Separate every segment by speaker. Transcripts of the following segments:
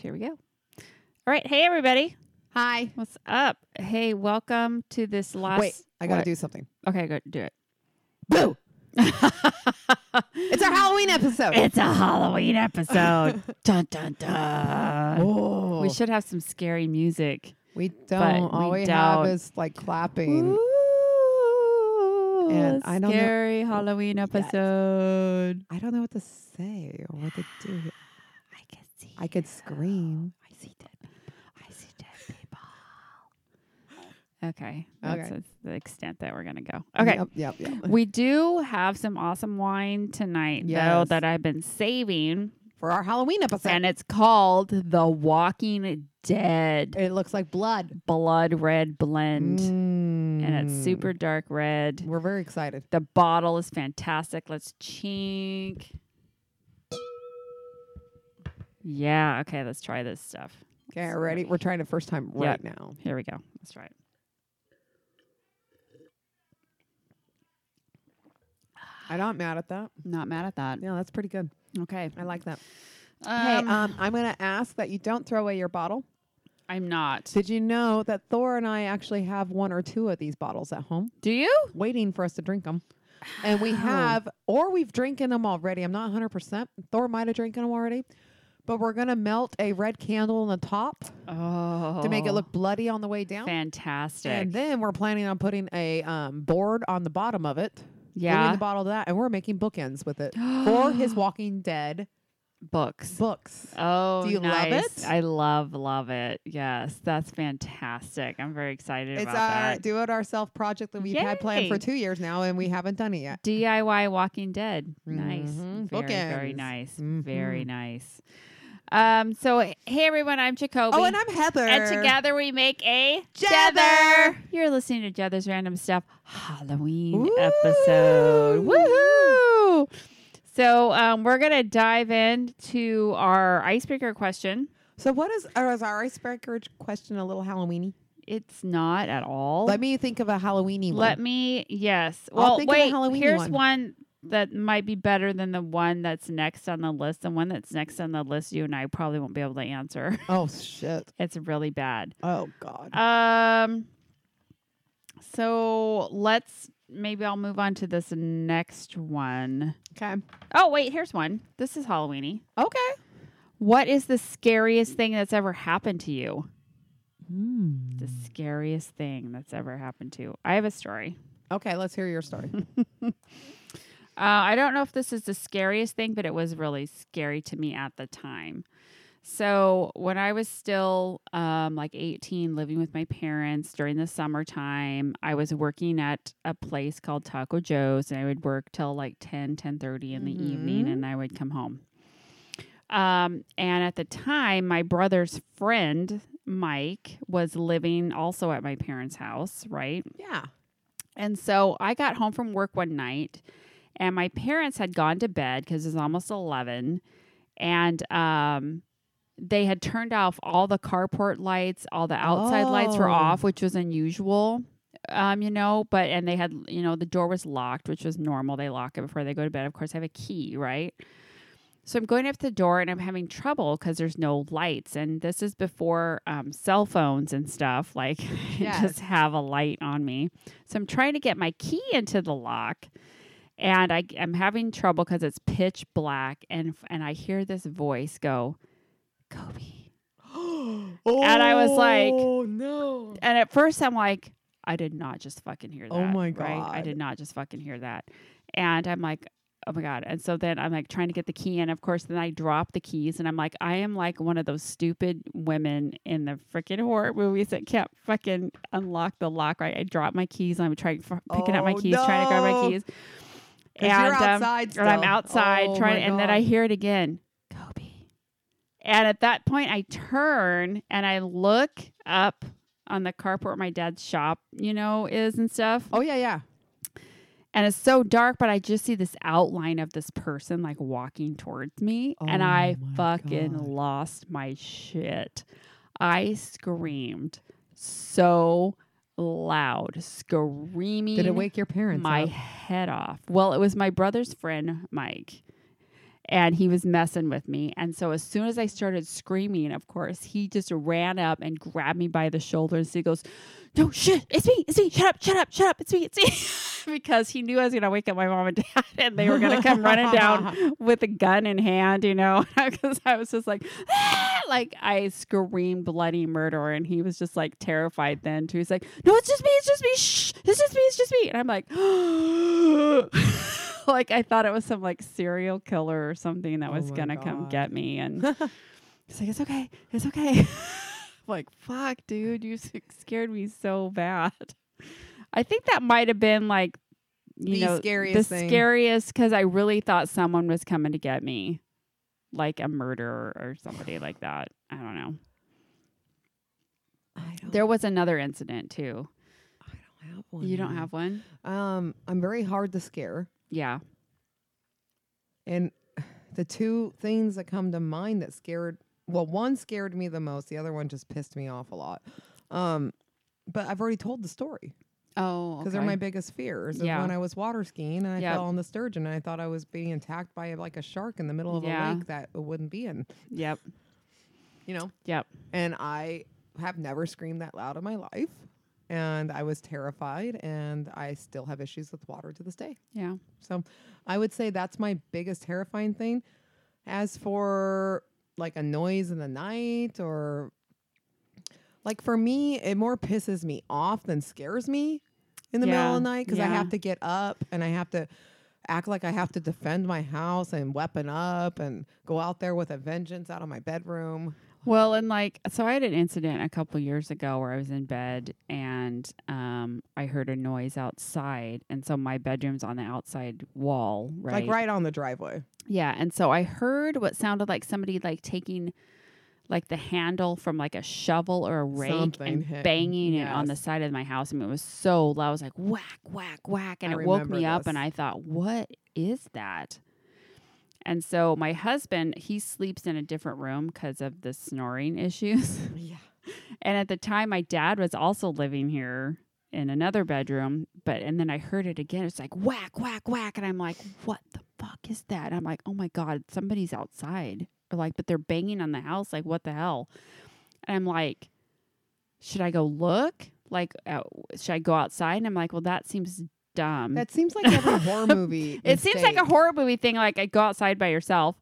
Speaker 1: Here we go. All right. Hey, everybody.
Speaker 2: Hi.
Speaker 1: What's up? Hey, welcome to this last.
Speaker 2: Wait, I gotta
Speaker 1: what?
Speaker 2: do something.
Speaker 1: Okay, go do it.
Speaker 2: Boo! It's our Halloween episode.
Speaker 1: It's a Halloween episode. dun dun dun.
Speaker 2: oh,
Speaker 1: We should have some scary music.
Speaker 2: we don't.
Speaker 1: we
Speaker 2: All we,
Speaker 1: don't.
Speaker 2: have is like clapping.
Speaker 1: Ooh,
Speaker 2: And I don't know-
Speaker 1: scary Halloween episode.
Speaker 2: I don't know what to say or what to do.
Speaker 1: I can see.
Speaker 2: I could scream.
Speaker 1: I see dead. I see dead people. Okay, that's
Speaker 2: Okay.
Speaker 1: that's the extent that we're gonna go. Okay,
Speaker 2: Yep. Yep. yep.
Speaker 1: we do have some awesome wine tonight, though,
Speaker 2: Yes.
Speaker 1: that I've been saving,
Speaker 2: For our Halloween episode,
Speaker 1: and it's called the Walking Dead
Speaker 2: it looks like blood.
Speaker 1: Blood Red Blend, and it's
Speaker 2: Mm.
Speaker 1: super dark red.
Speaker 2: We're very excited.
Speaker 1: The bottle is fantastic. Let's chink. Yeah. Okay. Let's try this stuff.
Speaker 2: Okay, ready? We're trying it first time right now.
Speaker 1: Here we go. Let's try it.
Speaker 2: I'm not mad at that.
Speaker 1: Not mad at that.
Speaker 2: Yeah, that's pretty good.
Speaker 1: Okay.
Speaker 2: I like that. hey,
Speaker 1: Um,
Speaker 2: um, I'm gonna ask that you don't throw away your bottle.
Speaker 1: I'm not.
Speaker 2: Did you know that Thor and I actually have one or two of these bottles at home,
Speaker 1: Do you?
Speaker 2: waiting for us to drink them? And we
Speaker 1: Wow.
Speaker 2: have, or we've drinking them already. I'm not 100%. Thor might have drinking them already. But we're going to melt a red candle on the top
Speaker 1: Oh.
Speaker 2: to make it look bloody on the way down.
Speaker 1: fantastic.
Speaker 2: And then we're planning on putting a um, board on the bottom of it. gluing
Speaker 1: yeah.
Speaker 2: The bottle to that. And we're making bookends with it for his Walking Dead
Speaker 1: Books.
Speaker 2: books.
Speaker 1: Oh,
Speaker 2: Do you love
Speaker 1: nice.
Speaker 2: it?
Speaker 1: I love, love it. Yes, that's fantastic. I'm very excited
Speaker 2: It's uh,
Speaker 1: about
Speaker 2: our
Speaker 1: that.
Speaker 2: do it ourself project that we've had planned for
Speaker 1: Yay.
Speaker 2: two years now, and we haven't done it yet.
Speaker 1: DIY Walking Dead. Nice.
Speaker 2: Mhm.
Speaker 1: Very, very
Speaker 2: Bookends.
Speaker 1: nice.
Speaker 2: Mhm.
Speaker 1: Very nice. Um, so hey everyone, I'm Jacoby.
Speaker 2: Oh, and I'm Heather.
Speaker 1: And together we make a
Speaker 2: Jether.
Speaker 1: You're listening to Jether's Random Stuff Halloween
Speaker 2: Ooh.
Speaker 1: episode. Woohoo! So um, we're gonna dive into our icebreaker question.
Speaker 2: So, what is, or is our icebreaker question a little Halloweeny?
Speaker 1: It's not at all.
Speaker 2: Let me think of a Halloweeny one.
Speaker 1: Let me. Yes.
Speaker 2: I'll
Speaker 1: Well,
Speaker 2: think of a
Speaker 1: wait.
Speaker 2: Halloween
Speaker 1: here's
Speaker 2: one.
Speaker 1: that might be better than the one that's next on the list. The one that's next on the list, you and I probably won't be able to answer.
Speaker 2: oh shit!
Speaker 1: it's really bad.
Speaker 2: Oh god!
Speaker 1: Um. So let's maybe I'll move on to this next one.
Speaker 2: Okay.
Speaker 1: Oh wait, here's one. This is Halloweeny.
Speaker 2: Okay.
Speaker 1: What is the scariest thing that's ever happened to you?
Speaker 2: Hmm.
Speaker 1: The scariest thing that's ever happened to. I have a story.
Speaker 2: Okay, let's hear your story.
Speaker 1: Uh, I don't know if this is the scariest thing, but it was really scary to me at the time. So when I was still um, like 18, living with my parents during the summertime, I was working at a place called Taco Joe's, and I would work till like 10, 10.30 in the evening,
Speaker 2: Mhm.
Speaker 1: and I would come home. Um, and at the time, my brother's friend, Mike, was living also at my parents' house, right?
Speaker 2: yeah.
Speaker 1: And so I got home from work one night, and my parents had gone to bed because it was almost 11. And um, they had turned off all the carport lights, all the outside lights were
Speaker 2: Oh.
Speaker 1: off, which was unusual, um, you know. But, and they had, you know, the door was locked, which was normal. They lock it before they go to bed. Of course, I have a key, right? So I'm going up to the door and I'm having trouble because there's no lights. And this is before um, cell phones and stuff. Like,
Speaker 2: Yes.
Speaker 1: just have a light on me. So I'm trying to get my key into the lock, and I, I'm having trouble because it's pitch black, and and I hear this voice go, "Kobe."
Speaker 2: oh,
Speaker 1: I was like-
Speaker 2: no.
Speaker 1: And at first, I'm like, I did not just fucking hear that.
Speaker 2: Oh my
Speaker 1: right? I
Speaker 2: God.
Speaker 1: did not just fucking hear that. And I'm like, oh my god. And so then I'm like trying to get the key, and of course, then I drop the keys, and I'm like, I am like one of those stupid women in the freaking horror movies that can't fucking unlock the lock. Right? I drop my keys. I'm trying f- picking up my
Speaker 2: Oh,
Speaker 1: keys, trying to grab my
Speaker 2: no.
Speaker 1: keys,
Speaker 2: 'Cause you're outside
Speaker 1: um, and I'm
Speaker 2: still.
Speaker 1: outside
Speaker 2: Oh
Speaker 1: trying,
Speaker 2: my
Speaker 1: and then I
Speaker 2: God.
Speaker 1: hear it again, Kobe. And at that point, I turn and I look up on the carport where my dad's shop, you know, is and stuff.
Speaker 2: Oh yeah, yeah.
Speaker 1: And it's so dark, but I just see this outline of this person like walking towards me. and
Speaker 2: Oh
Speaker 1: I
Speaker 2: my
Speaker 1: fucking
Speaker 2: God.
Speaker 1: lost my shit. I screamed so loud, screaming
Speaker 2: Did it wake your parents
Speaker 1: my
Speaker 2: up?
Speaker 1: head off. Well, it was my brother's friend, Mike. and he was messing with me. And so as soon as I started screaming, of course, he just ran up and grabbed me by the shoulders. He goes, "No shit, it's me, it's me. Shut up, shut up, shut up. It's me, it's me." because he knew I was gonna wake up my mom and dad, and they were gonna come running down with a gun in hand, you know. Because I was just like, "Ah!" like I screamed bloody murder, and he was just like terrified. Then too, he's like, "No, it's just me, it's just me. Shh, it's just me, it's just me." And I'm like. like I thought it was some like serial killer or something that
Speaker 2: Oh
Speaker 1: was
Speaker 2: my
Speaker 1: gonna come
Speaker 2: God.
Speaker 1: get me, and it's like it's okay, it's okay. like fuck, dude, you s- scared me so bad. I think that might have been like you
Speaker 2: The
Speaker 1: know
Speaker 2: scariest
Speaker 1: the
Speaker 2: thing.
Speaker 1: scariest because I really thought someone was coming to get me, like a murderer or somebody like that. I don't know.
Speaker 2: I don't,
Speaker 1: There was another incident too.
Speaker 2: I don't have one.
Speaker 1: You don't have one?
Speaker 2: Um, I'm very hard to scare,
Speaker 1: Yeah.
Speaker 2: and the two things that come to mind that scared well, one scared me the most. The other one just pissed me off a lot. Um, but I've already told the story.
Speaker 1: Oh,
Speaker 2: because they're my biggest fears. is
Speaker 1: Yeah.
Speaker 2: When I was water skiing and I
Speaker 1: Yep.
Speaker 2: fell on the sturgeon, and I thought I was being attacked by like a shark in the middle of
Speaker 1: Yeah.
Speaker 2: a lake that it wouldn't be in,
Speaker 1: Yep.
Speaker 2: you know.
Speaker 1: Yep.
Speaker 2: And I have never screamed that loud in my life, and I was terrified, and I still have issues with water to this day.
Speaker 1: Yeah.
Speaker 2: So, I would say that's my biggest terrifying thing. As for like a noise in the night or like for me, it more pisses me off than scares me in the middle
Speaker 1: Yeah,
Speaker 2: of the night because I
Speaker 1: yeah.
Speaker 2: have to get up and I have to act like I have to defend my house and weapon up and go out there with a vengeance out of my bedroom.
Speaker 1: Well, and like, so I had an incident a couple years ago where I was in bed and um, I heard a noise outside, and so my bedroom's on the outside wall, right?
Speaker 2: Like right on the driveway.
Speaker 1: Yeah, and so I heard what sounded like somebody like taking like the handle from like a shovel or a rake
Speaker 2: Something
Speaker 1: and
Speaker 2: hit- mm,
Speaker 1: banging it on the
Speaker 2: yes.
Speaker 1: side of my house. I mean, it was so loud. I was like whack, whack, whack, and
Speaker 2: I
Speaker 1: it woke
Speaker 2: remember
Speaker 1: me up. And
Speaker 2: this.
Speaker 1: I thought, what is that? And so my husband, he sleeps in a different room because of the snoring issues.
Speaker 2: Yeah.
Speaker 1: And at the time, my dad was also living here in another bedroom. But and then I heard it again. It's like whack, whack, whack, and I'm like, what the fuck is that? I'm like, oh my god, somebody's outside. Or like, but they're banging on the house. Like, what the hell? And I'm like, should I go look? Like, uh, should I go outside? And I'm like, well, that seems dumb.
Speaker 2: That seems like every horror movie.
Speaker 1: It seems like a
Speaker 2: mistake.
Speaker 1: horror movie thing. Like I go outside by yourself,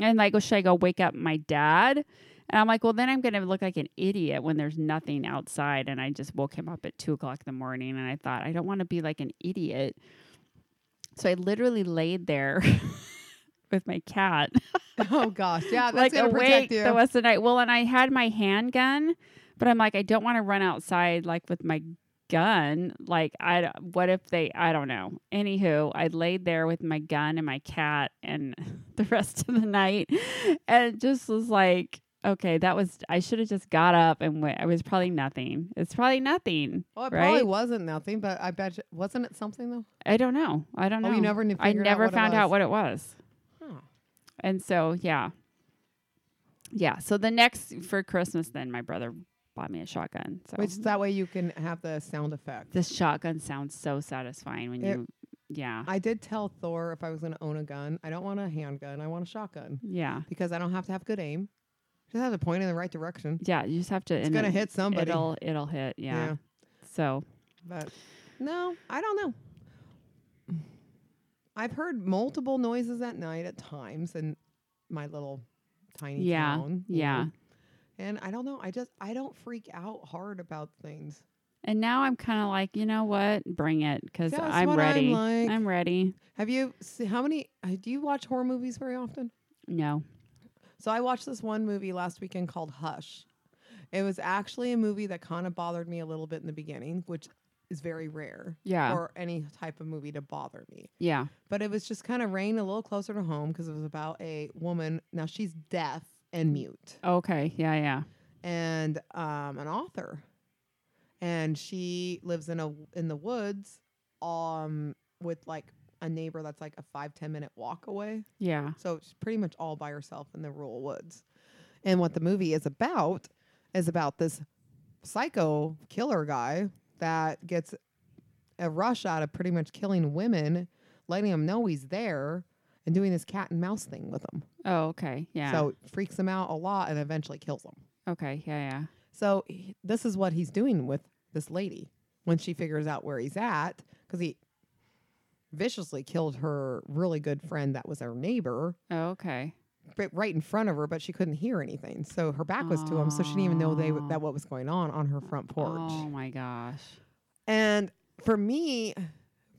Speaker 1: and like, well, should I go wake up my dad? And I'm like, well, then I'm gonna look like an idiot when there's nothing outside. And I just woke him up at two o'clock in the morning, and I thought I don't want to be like an idiot. So I literally laid there with my cat,
Speaker 2: Oh gosh. Yeah. That's
Speaker 1: like
Speaker 2: gonna
Speaker 1: awake
Speaker 2: protect you.
Speaker 1: the rest of the night. Well, and I had my handgun, but I'm like, I don't want to run outside like with my gun. Like, I d- what if they? I don't know. Anywho, I laid there with my gun and my cat and the rest of the night, and it just was like. Okay, that was I should have just got up and went. It was probably nothing. It's probably nothing.
Speaker 2: well, it
Speaker 1: right?
Speaker 2: probably wasn't nothing, but I bet you, wasn't it something though?
Speaker 1: I don't know. I don't know.
Speaker 2: Oh, you never knew-
Speaker 1: I
Speaker 2: figured out
Speaker 1: never
Speaker 2: what it
Speaker 1: found out
Speaker 2: was.
Speaker 1: what it was.
Speaker 2: Huh.
Speaker 1: And so, yeah. Yeah. So the next for Christmas, then my brother bought me a shotgun. So
Speaker 2: Which that way you can have the sound effect.
Speaker 1: the shotgun sounds so satisfying when
Speaker 2: It-
Speaker 1: you, yeah,
Speaker 2: I did tell Thor if I was going to own a gun, I don't want a handgun. I want a shotgun
Speaker 1: yeah,
Speaker 2: because I don't have to have good aim. Just have to point in the right direction.
Speaker 1: yeah. You just have to.
Speaker 2: It's
Speaker 1: and
Speaker 2: going to
Speaker 1: it-
Speaker 2: hit somebody.
Speaker 1: It'll it'll hit. Yeah.
Speaker 2: Yeah.
Speaker 1: So
Speaker 2: But no, I don't know. I've heard multiple noises at night at times in my little tiny
Speaker 1: yeah,
Speaker 2: town. you know.
Speaker 1: yeah.
Speaker 2: And I don't know. I just, I don't freak out hard about things.
Speaker 1: And now I'm kind of like, you know what? Bring it because
Speaker 2: That's
Speaker 1: I'm
Speaker 2: what I'm
Speaker 1: ready.
Speaker 2: like.
Speaker 1: I'm ready.
Speaker 2: Have you, see, how many, uh, do you watch horror movies very often?
Speaker 1: No.
Speaker 2: So I watched this one movie last weekend called Hush. It was actually a movie that kind of bothered me a little bit in the beginning, which is very rare
Speaker 1: Yeah.
Speaker 2: for any type of movie to bother me.
Speaker 1: yeah.
Speaker 2: But it was just kind of rained a little closer to home because it was about a woman. Now she's deaf and mute
Speaker 1: Okay. Yeah. Yeah.
Speaker 2: and um, an author, and she lives in a in the woods, um, with like a neighbor that's like a five ten minute walk away.
Speaker 1: Yeah.
Speaker 2: So she's pretty much all by herself in the rural woods. And what the movie is about is about this psycho killer guy that gets a rush out of pretty much killing women, letting them know he's there, and doing this cat and mouse thing with them.
Speaker 1: Oh, okay. Yeah.
Speaker 2: So it freaks them out a lot and eventually kills them.
Speaker 1: okay. Yeah. Yeah.
Speaker 2: So he- this is what he's doing with this lady when she figures out where he's at because he viciously killed her really good friend that was her neighbor
Speaker 1: Oh, okay.
Speaker 2: but right in front of her, but she couldn't hear anything. So her back was to him, so she didn't even know they w-
Speaker 1: Oh.
Speaker 2: that what was going on on her front porch.
Speaker 1: Oh my gosh.
Speaker 2: And for me,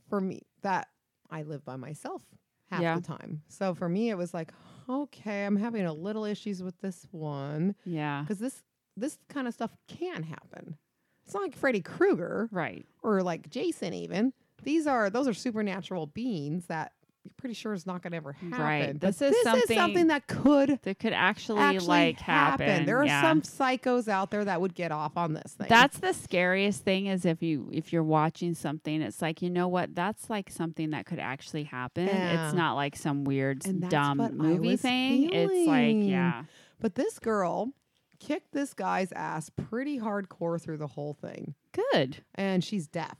Speaker 2: for me, that I live by myself half
Speaker 1: Yeah.
Speaker 2: the time. So for me, it was like, okay, I'm having a little issues with this one
Speaker 1: Yeah.
Speaker 2: because this this kind of stuff can happen. It's not like Freddy Krueger
Speaker 1: Right.
Speaker 2: or like Jason even. These are those are supernatural beings that you're pretty sure is not going to ever happen.
Speaker 1: Right.
Speaker 2: But
Speaker 1: This is something-
Speaker 2: something that could
Speaker 1: That could actually,
Speaker 2: actually
Speaker 1: like
Speaker 2: happen.
Speaker 1: happen.
Speaker 2: There are
Speaker 1: yeah.
Speaker 2: some psychos out there that would get off on this thing.
Speaker 1: That's the scariest thing is if you if you're watching something, it's like you know what that's like something that could actually happen.
Speaker 2: Yeah.
Speaker 1: It's not like some weird
Speaker 2: And that's
Speaker 1: dumb
Speaker 2: what I
Speaker 1: movie
Speaker 2: was
Speaker 1: thing. It's like
Speaker 2: feeling.
Speaker 1: yeah,
Speaker 2: but this girl kicked this guy's ass pretty hardcore through the whole thing,
Speaker 1: good.
Speaker 2: and she's deaf.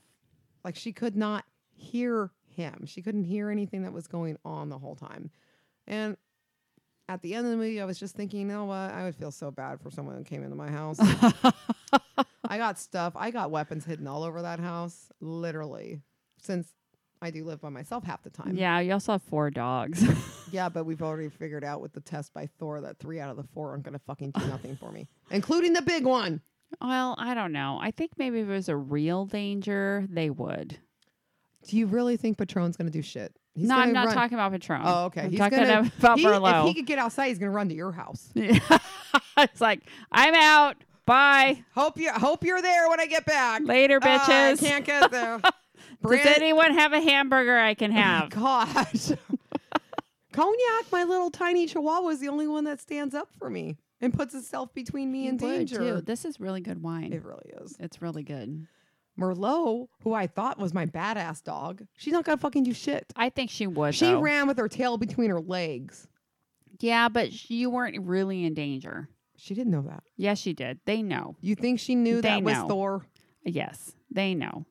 Speaker 2: Like she could not hear him. She couldn't hear anything that was going on the whole time. And at the end of the movie, I was just thinking, you know what? I would feel so bad for someone who came into my house. I got stuff. I got weapons hidden all over that house, literally. Since I do live by myself half the time.
Speaker 1: yeah, you also have four dogs.
Speaker 2: Yeah, but we've already figured out with the test by Thor that three out of the four aren't going to fucking do nothing for me, including the big one.
Speaker 1: well, I don't know. I think maybe if it was a real danger, they would.
Speaker 2: Do you really think Patron's going to do shit? He's
Speaker 1: no, I'm
Speaker 2: gonna
Speaker 1: not
Speaker 2: run-
Speaker 1: talking about Patron.
Speaker 2: Oh, okay.
Speaker 1: I'm
Speaker 2: He's
Speaker 1: talking
Speaker 2: gonna-
Speaker 1: about
Speaker 2: he, If
Speaker 1: Merlot.
Speaker 2: he could get outside, he's going to run to your house.
Speaker 1: it's like I'm out. Bye
Speaker 2: Hope you hope you're there when I get back.
Speaker 1: later,
Speaker 2: Ah, I
Speaker 1: bitches.
Speaker 2: can't get there. Brand- Oh
Speaker 1: Does anyone have a hamburger I can have?
Speaker 2: Gosh. Cognac, my little tiny chihuahua, is the only one that stands up for me and puts itself between me
Speaker 1: You
Speaker 2: and
Speaker 1: would, too.
Speaker 2: danger.
Speaker 1: This is really good wine.
Speaker 2: It really is.
Speaker 1: It's really good.
Speaker 2: Merlot, who I thought was my badass dog, she's not gonna fucking do shit.
Speaker 1: I think she would.
Speaker 2: She
Speaker 1: though.
Speaker 2: ran with her tail between her legs.
Speaker 1: Yeah, but sh- you weren't really in danger.
Speaker 2: She didn't know that.
Speaker 1: Yes, she did. They know.
Speaker 2: You think she knew
Speaker 1: They
Speaker 2: that was
Speaker 1: know.
Speaker 2: Thor?
Speaker 1: Yes, they know.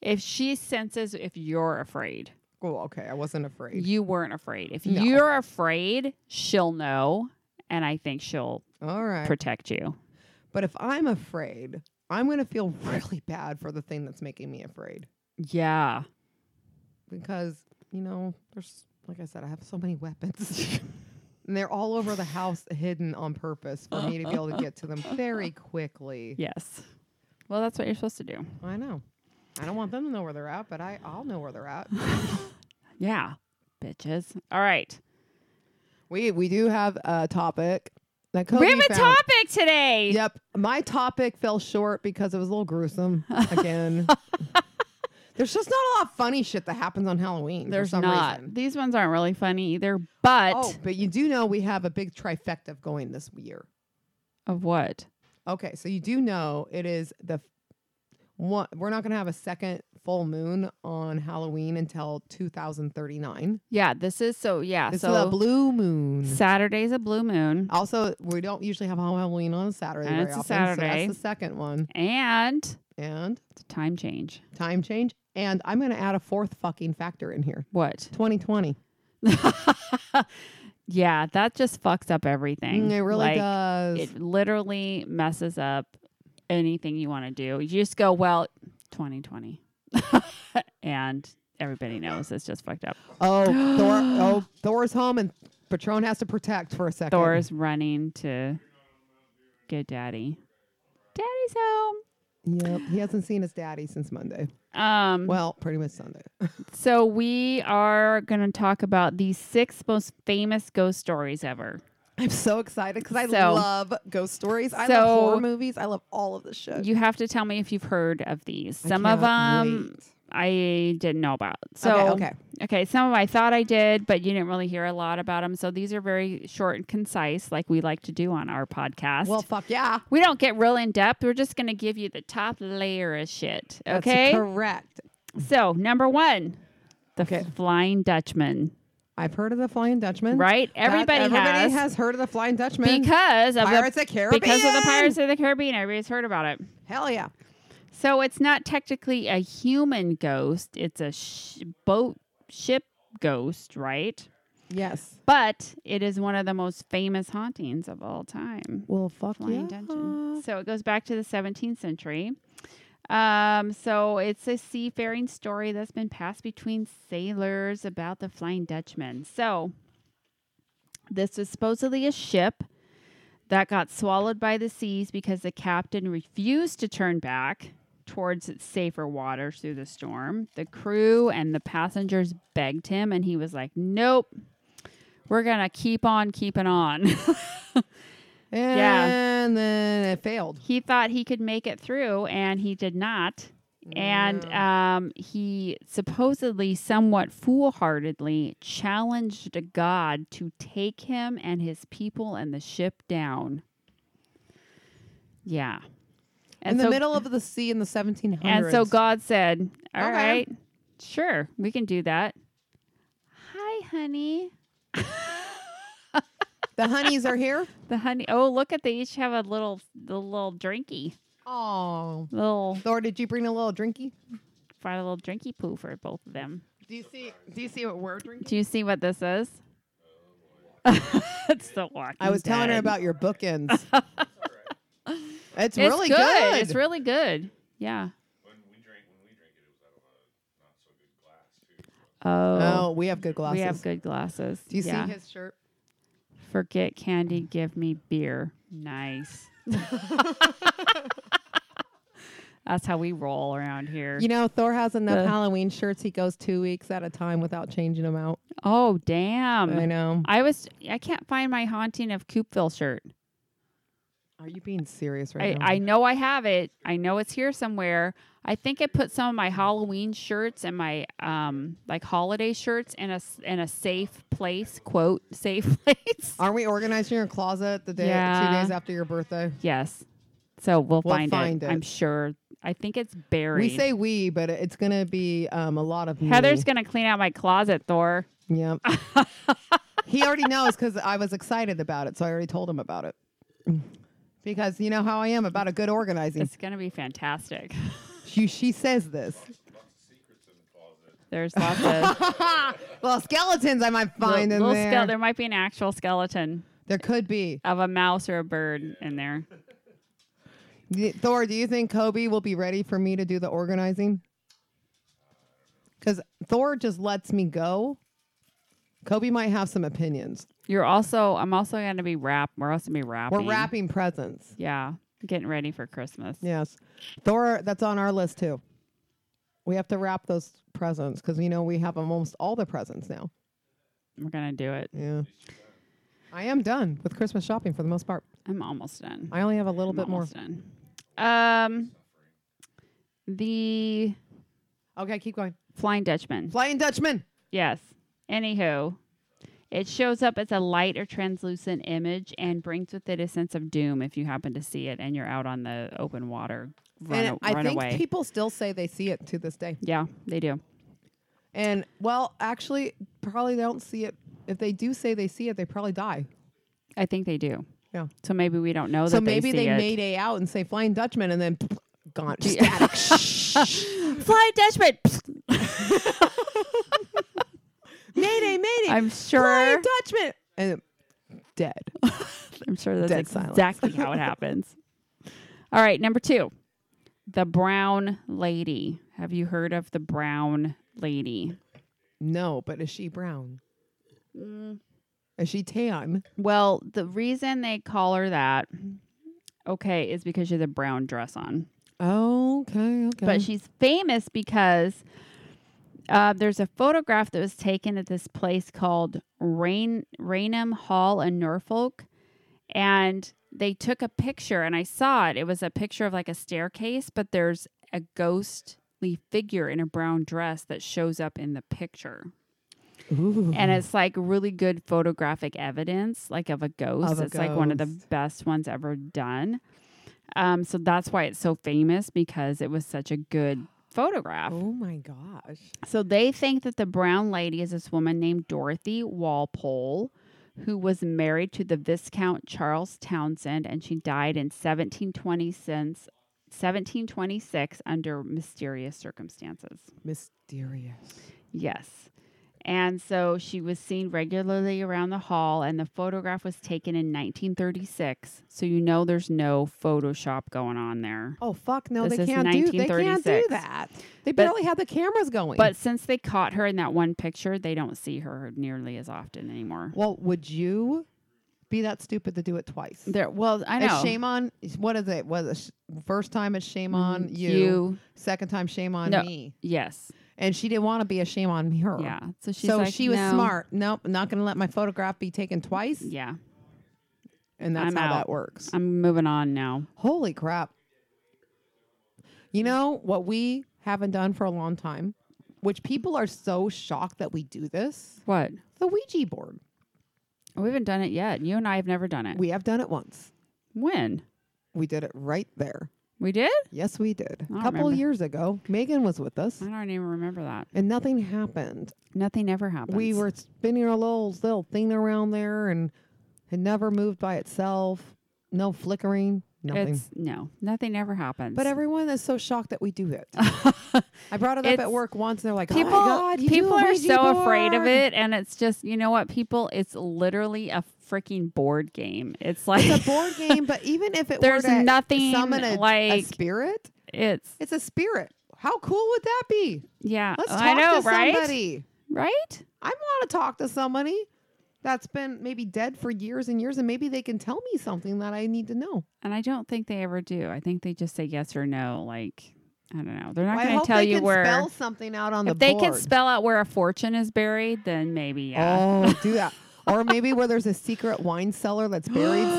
Speaker 1: If she senses if you're afraid,
Speaker 2: Oh, okay. I wasn't afraid.
Speaker 1: you weren't afraid. If
Speaker 2: No.
Speaker 1: you're afraid, she'll know, and I think she'll
Speaker 2: All right.
Speaker 1: protect you.
Speaker 2: But if I'm afraid, I'm gonna feel really bad for the thing that's making me afraid
Speaker 1: Yeah.
Speaker 2: because you know there's like I said, I have so many weapons. And they're all over the house hidden on purpose for me to be able to get to them very quickly.
Speaker 1: Yes. Well, that's what you're supposed to do.
Speaker 2: I know. I don't want them to know where they're at, but I, I'll know where they're at.
Speaker 1: Yeah, bitches. All right.
Speaker 2: We we do have a topic that Kobe
Speaker 1: we have a
Speaker 2: found.
Speaker 1: topic today.
Speaker 2: Yep, my topic fell short because it was a little gruesome again. There's just not a lot of funny shit that happens on Halloween.
Speaker 1: There's
Speaker 2: for some
Speaker 1: not.
Speaker 2: Reason.
Speaker 1: These ones aren't really funny either, but
Speaker 2: Oh, but you do know we have a big trifecta going this year.
Speaker 1: of what?
Speaker 2: Okay, so you do know it is the f- one. We're not going to have a second full moon on Halloween until 2039.
Speaker 1: Yeah, this is so. Yeah,
Speaker 2: It's
Speaker 1: so
Speaker 2: the blue moon.
Speaker 1: Saturday's a blue moon,
Speaker 2: Also, we don't usually have Halloween on a Saturday
Speaker 1: And
Speaker 2: very
Speaker 1: it's a
Speaker 2: often. So
Speaker 1: Saturday.
Speaker 2: that's the second one.
Speaker 1: and
Speaker 2: And
Speaker 1: it's a time change.
Speaker 2: time change. And I'm going to add a fourth fucking factor in here.
Speaker 1: What?
Speaker 2: 2020.
Speaker 1: Yeah, that just fucks up everything.
Speaker 2: Mm, it really
Speaker 1: Like,
Speaker 2: does.
Speaker 1: It literally messes up anything you want to do. You just go, well, 2020, and everybody knows it's just fucked up.
Speaker 2: oh, Thor, oh, Thor's home and Patron has to protect for a second.
Speaker 1: Thor's running to get daddy. Daddy's home.
Speaker 2: Yep. He hasn't seen his daddy since Monday.
Speaker 1: Um,
Speaker 2: Well, pretty much Sunday.
Speaker 1: so we are going to talk about the six most famous ghost stories ever.
Speaker 2: I'm so excited because I
Speaker 1: So-
Speaker 2: love ghost stories. I
Speaker 1: so-
Speaker 2: love horror movies. I love all of this shit.
Speaker 1: You have to tell me if you've heard of these.
Speaker 2: Uh, I
Speaker 1: Some of
Speaker 2: can't
Speaker 1: them
Speaker 2: wait.
Speaker 1: I didn't know about. So
Speaker 2: okay, okay.
Speaker 1: okay, some of 'em I thought I did, but you didn't really hear a lot about them. So these are very short and concise, like we like to do on our podcast.
Speaker 2: Well, fuck yeah.
Speaker 1: we don't get real in depth. We're just going to give you the top layer of shit.
Speaker 2: That's
Speaker 1: Okay.
Speaker 2: correct.
Speaker 1: So number one, the
Speaker 2: Okay.
Speaker 1: Flying Dutchman.
Speaker 2: I've heard of the Flying Dutchman.
Speaker 1: Right?
Speaker 2: That's-
Speaker 1: Everybody,
Speaker 2: everybody
Speaker 1: has,
Speaker 2: heard of the Flying Dutchman.
Speaker 1: because of
Speaker 2: Pirates
Speaker 1: the
Speaker 2: of Caribbean.
Speaker 1: because of the Pirates of the Caribbean. Everybody's heard about it.
Speaker 2: Hell yeah.
Speaker 1: So it's not technically a human ghost; it's a sh- boat ship ghost, right?
Speaker 2: Yes.
Speaker 1: But it is one of the most famous hauntings of all time.
Speaker 2: Well, fuck
Speaker 1: Flying
Speaker 2: yeah.
Speaker 1: Dungeon. So it goes back to the 17th century. Um, so it's a seafaring story that's been passed between sailors about the Flying Dutchman. So this was supposedly a ship that got swallowed by the seas because the captain refused to turn back towards its safer waters through the storm. The crew and the passengers begged him, and he was like, Nope, we're gonna keep on keeping on.
Speaker 2: And
Speaker 1: Yeah.
Speaker 2: then it failed.
Speaker 1: he thought he could make it through, and he did not. And um, he supposedly, somewhat foolhardily, challenged God to take him and his people and the ship down. Yeah.
Speaker 2: in the
Speaker 1: so-
Speaker 2: middle of the sea in the 1700s.
Speaker 1: And so God said, "All right,
Speaker 2: Okay.
Speaker 1: sure, we can do that." Hi, honey.
Speaker 2: the honeys are here.
Speaker 1: The honey. Oh, look at they each have a little, the little drinky,
Speaker 2: Oh,
Speaker 1: little,
Speaker 2: Thor, did you bring a little drinky?
Speaker 1: find a little drinky poo for both of them.
Speaker 2: Do you see? Do you see what we're drinking?
Speaker 1: Do you see what this is? it's the walking.
Speaker 2: I was telling her
Speaker 1: Dead.
Speaker 2: about your bookends.
Speaker 1: It's
Speaker 2: it's really
Speaker 1: good.
Speaker 2: good.
Speaker 1: It's really good. Yeah.
Speaker 3: When we drank, when we drank it, it was out of a not so good glass too.
Speaker 1: Oh,
Speaker 2: oh, we have good glasses.
Speaker 1: we have good glasses.
Speaker 2: Do you
Speaker 1: Yeah.
Speaker 2: see his shirt?
Speaker 1: Forget candy, give me beer. Nice. That's how we roll around here.
Speaker 2: You know, Thor has enough
Speaker 1: The-
Speaker 2: Halloween shirts. He goes two weeks at a time without changing them out.
Speaker 1: oh damn!
Speaker 2: I know.
Speaker 1: I was I can't find my haunting of Coopville shirt.
Speaker 2: Are you being serious
Speaker 1: I,
Speaker 2: right now?
Speaker 1: I know I have it. I know it's here somewhere. I think I put some of my Halloween shirts and my um like holiday shirts in a s- in a safe place quote safe place.
Speaker 2: Aren't we organizing your closet the day two
Speaker 1: Yeah.
Speaker 2: days after your birthday?
Speaker 1: Yes. So we'll,
Speaker 2: We'll
Speaker 1: find,
Speaker 2: find
Speaker 1: it.
Speaker 2: it.
Speaker 1: I'm sure. I think it's buried.
Speaker 2: We say we, but it- it's gonna be um, a lot of
Speaker 1: Heather's
Speaker 2: me.
Speaker 1: gonna clean out my closet, Thor.
Speaker 2: Yep. he already knows because I was excited about it, so I already told him about it. Because you know how I am about a good organizing.
Speaker 1: It's gonna be fantastic.
Speaker 2: She, she says this.
Speaker 1: There's lots of
Speaker 2: Well, skeletons I might find
Speaker 1: little, little
Speaker 2: in there.
Speaker 1: skele- There might be an actual skeleton
Speaker 2: There could be.
Speaker 1: of a mouse or a bird in there.
Speaker 2: Y- Thor, do you think Kobe will be ready for me to do the organizing? Because Thor just lets me go. Kobe might have some opinions.
Speaker 1: You're also. I'm also gonna be wrap. We're also gonna be wrapping.
Speaker 2: We're wrapping presents.
Speaker 1: Yeah, getting ready for Christmas.
Speaker 2: Yes. Thor, that's on our list too. We have to wrap those presents because you know we have almost all the presents now.
Speaker 1: We're gonna do it.
Speaker 2: Yeah. I am done with Christmas shopping for the most part.
Speaker 1: I'm almost done.
Speaker 2: I only have a little
Speaker 1: I'm
Speaker 2: bit more.
Speaker 1: almost done. Um, the
Speaker 2: Okay, keep going.
Speaker 1: Flying Dutchman.
Speaker 2: Flying Dutchman.
Speaker 1: Yes. Anywho, it shows up as a light or translucent image and brings with it a sense of doom if you happen to see it and you're out on the open water. Run,
Speaker 2: and I
Speaker 1: run
Speaker 2: think
Speaker 1: away.
Speaker 2: people still say they see it to this day.
Speaker 1: yeah, they do.
Speaker 2: And well, actually, probably they don't see it. If they do say they see it, they probably die.
Speaker 1: I think they do.
Speaker 2: Yeah.
Speaker 1: So maybe we don't know
Speaker 2: So
Speaker 1: that
Speaker 2: maybe
Speaker 1: they see
Speaker 2: they
Speaker 1: it.
Speaker 2: mayday out and say Flying Dutchman and then gone. Static.
Speaker 1: Flying Dutchman.
Speaker 2: mayday, mayday.
Speaker 1: I'm sure.
Speaker 2: Flying Dutchman. And Uh, dead.
Speaker 1: I'm sure that's
Speaker 2: Dead silence.
Speaker 1: exactly how it happens. All right, number two, the brown lady. Have you heard of the brown lady?
Speaker 2: No, but is she brown?
Speaker 1: Mm.
Speaker 2: Is she tan?
Speaker 1: Well, the reason they call her that, okay, is because she has a brown dress on.
Speaker 2: Okay, okay.
Speaker 1: But she's famous because uh, there's a photograph that was taken at this place called Rain Rainham Hall in Norfolk, and they took a picture, and I saw it. It was a picture of like a staircase, but there's a ghostly figure in a brown dress that shows up in the picture.
Speaker 2: Ooh.
Speaker 1: And it's like really good photographic evidence, like of a ghost.
Speaker 2: Of a
Speaker 1: it's like one of the
Speaker 2: ghost.
Speaker 1: best ones ever done. Um, so that's why it's so famous because it was such a good photograph.
Speaker 2: oh my gosh.
Speaker 1: So they think that the brown lady is this woman named Dorothy Walpole, who was married to the Viscount Charles Townsend, and she died in 1720 since 1726 under mysterious circumstances.
Speaker 2: Mysterious.
Speaker 1: Yes. And so she was seen regularly around the hall, and the photograph was taken in 1936. So you know there's no Photoshop going on there.
Speaker 2: Oh fuck no,
Speaker 1: This
Speaker 2: they
Speaker 1: is
Speaker 2: can't do they can't do
Speaker 1: 1936.
Speaker 2: that. They
Speaker 1: But-
Speaker 2: barely had the cameras going.
Speaker 1: But since they caught her in that one picture, they don't see her nearly as often anymore.
Speaker 2: well, would you be that stupid to do it twice?
Speaker 1: There, well, I know. Mm,
Speaker 2: It's shame on what is it? Was it sh- first time it's shame on Mm-hmm. you, second time shame on
Speaker 1: No.
Speaker 2: me.
Speaker 1: Yes.
Speaker 2: And she didn't want to be a shame on her.
Speaker 1: Yeah. So she's
Speaker 2: so
Speaker 1: like,
Speaker 2: she was
Speaker 1: "No."
Speaker 2: smart. Nope, not going to let my photograph be taken twice.
Speaker 1: Yeah.
Speaker 2: And that's
Speaker 1: I'm
Speaker 2: how
Speaker 1: out.
Speaker 2: that works.
Speaker 1: I'm moving on now.
Speaker 2: Holy crap. You know what we haven't done for a long time, which people are so shocked that we do this?
Speaker 1: What?
Speaker 2: The Ouija board.
Speaker 1: We haven't done it yet. You and I have never done it.
Speaker 2: We have done it once.
Speaker 1: when?
Speaker 2: We did it right there.
Speaker 1: We did?
Speaker 2: Yes, we did.
Speaker 1: don't
Speaker 2: A couple
Speaker 1: remember.
Speaker 2: years ago, Megan was with us
Speaker 1: I don't even remember that.
Speaker 2: and nothing happened.
Speaker 1: Nothing ever happens.
Speaker 2: We were spinning a little little thing around there and it never moved by itself. No flickering, nothing.
Speaker 1: It's no, nothing ever happens.
Speaker 2: but everyone is so shocked that we do it. I brought it up
Speaker 1: It's-
Speaker 2: at work once. And they're like,
Speaker 1: people
Speaker 2: "Oh my God, you do
Speaker 1: people
Speaker 2: a
Speaker 1: are
Speaker 2: Ouija
Speaker 1: so afraid of
Speaker 2: board."
Speaker 1: it and it's just you know what people it's literally a freaking board game it's like
Speaker 2: It's a board game, but even if it
Speaker 1: There's
Speaker 2: were to
Speaker 1: nothing
Speaker 2: summon a, a
Speaker 1: like-
Speaker 2: spirit,
Speaker 1: it's
Speaker 2: it's a spirit. How cool would that be?
Speaker 1: yeah
Speaker 2: Let's talk
Speaker 1: i know
Speaker 2: to
Speaker 1: right
Speaker 2: somebody.
Speaker 1: right
Speaker 2: I want to talk to somebody that's been maybe dead for years and years, and maybe they can tell me something that I need to know.
Speaker 1: and i don't think they ever do i think they just say yes or no like i don't know they're not
Speaker 2: I
Speaker 1: going
Speaker 2: hope
Speaker 1: to tell
Speaker 2: they
Speaker 1: you
Speaker 2: can
Speaker 1: where
Speaker 2: spell something out on
Speaker 1: if
Speaker 2: the
Speaker 1: they
Speaker 2: board.
Speaker 1: can spell out where a fortune is buried then maybe yeah
Speaker 2: Oh, do that. Or maybe where there's a secret wine cellar that's buried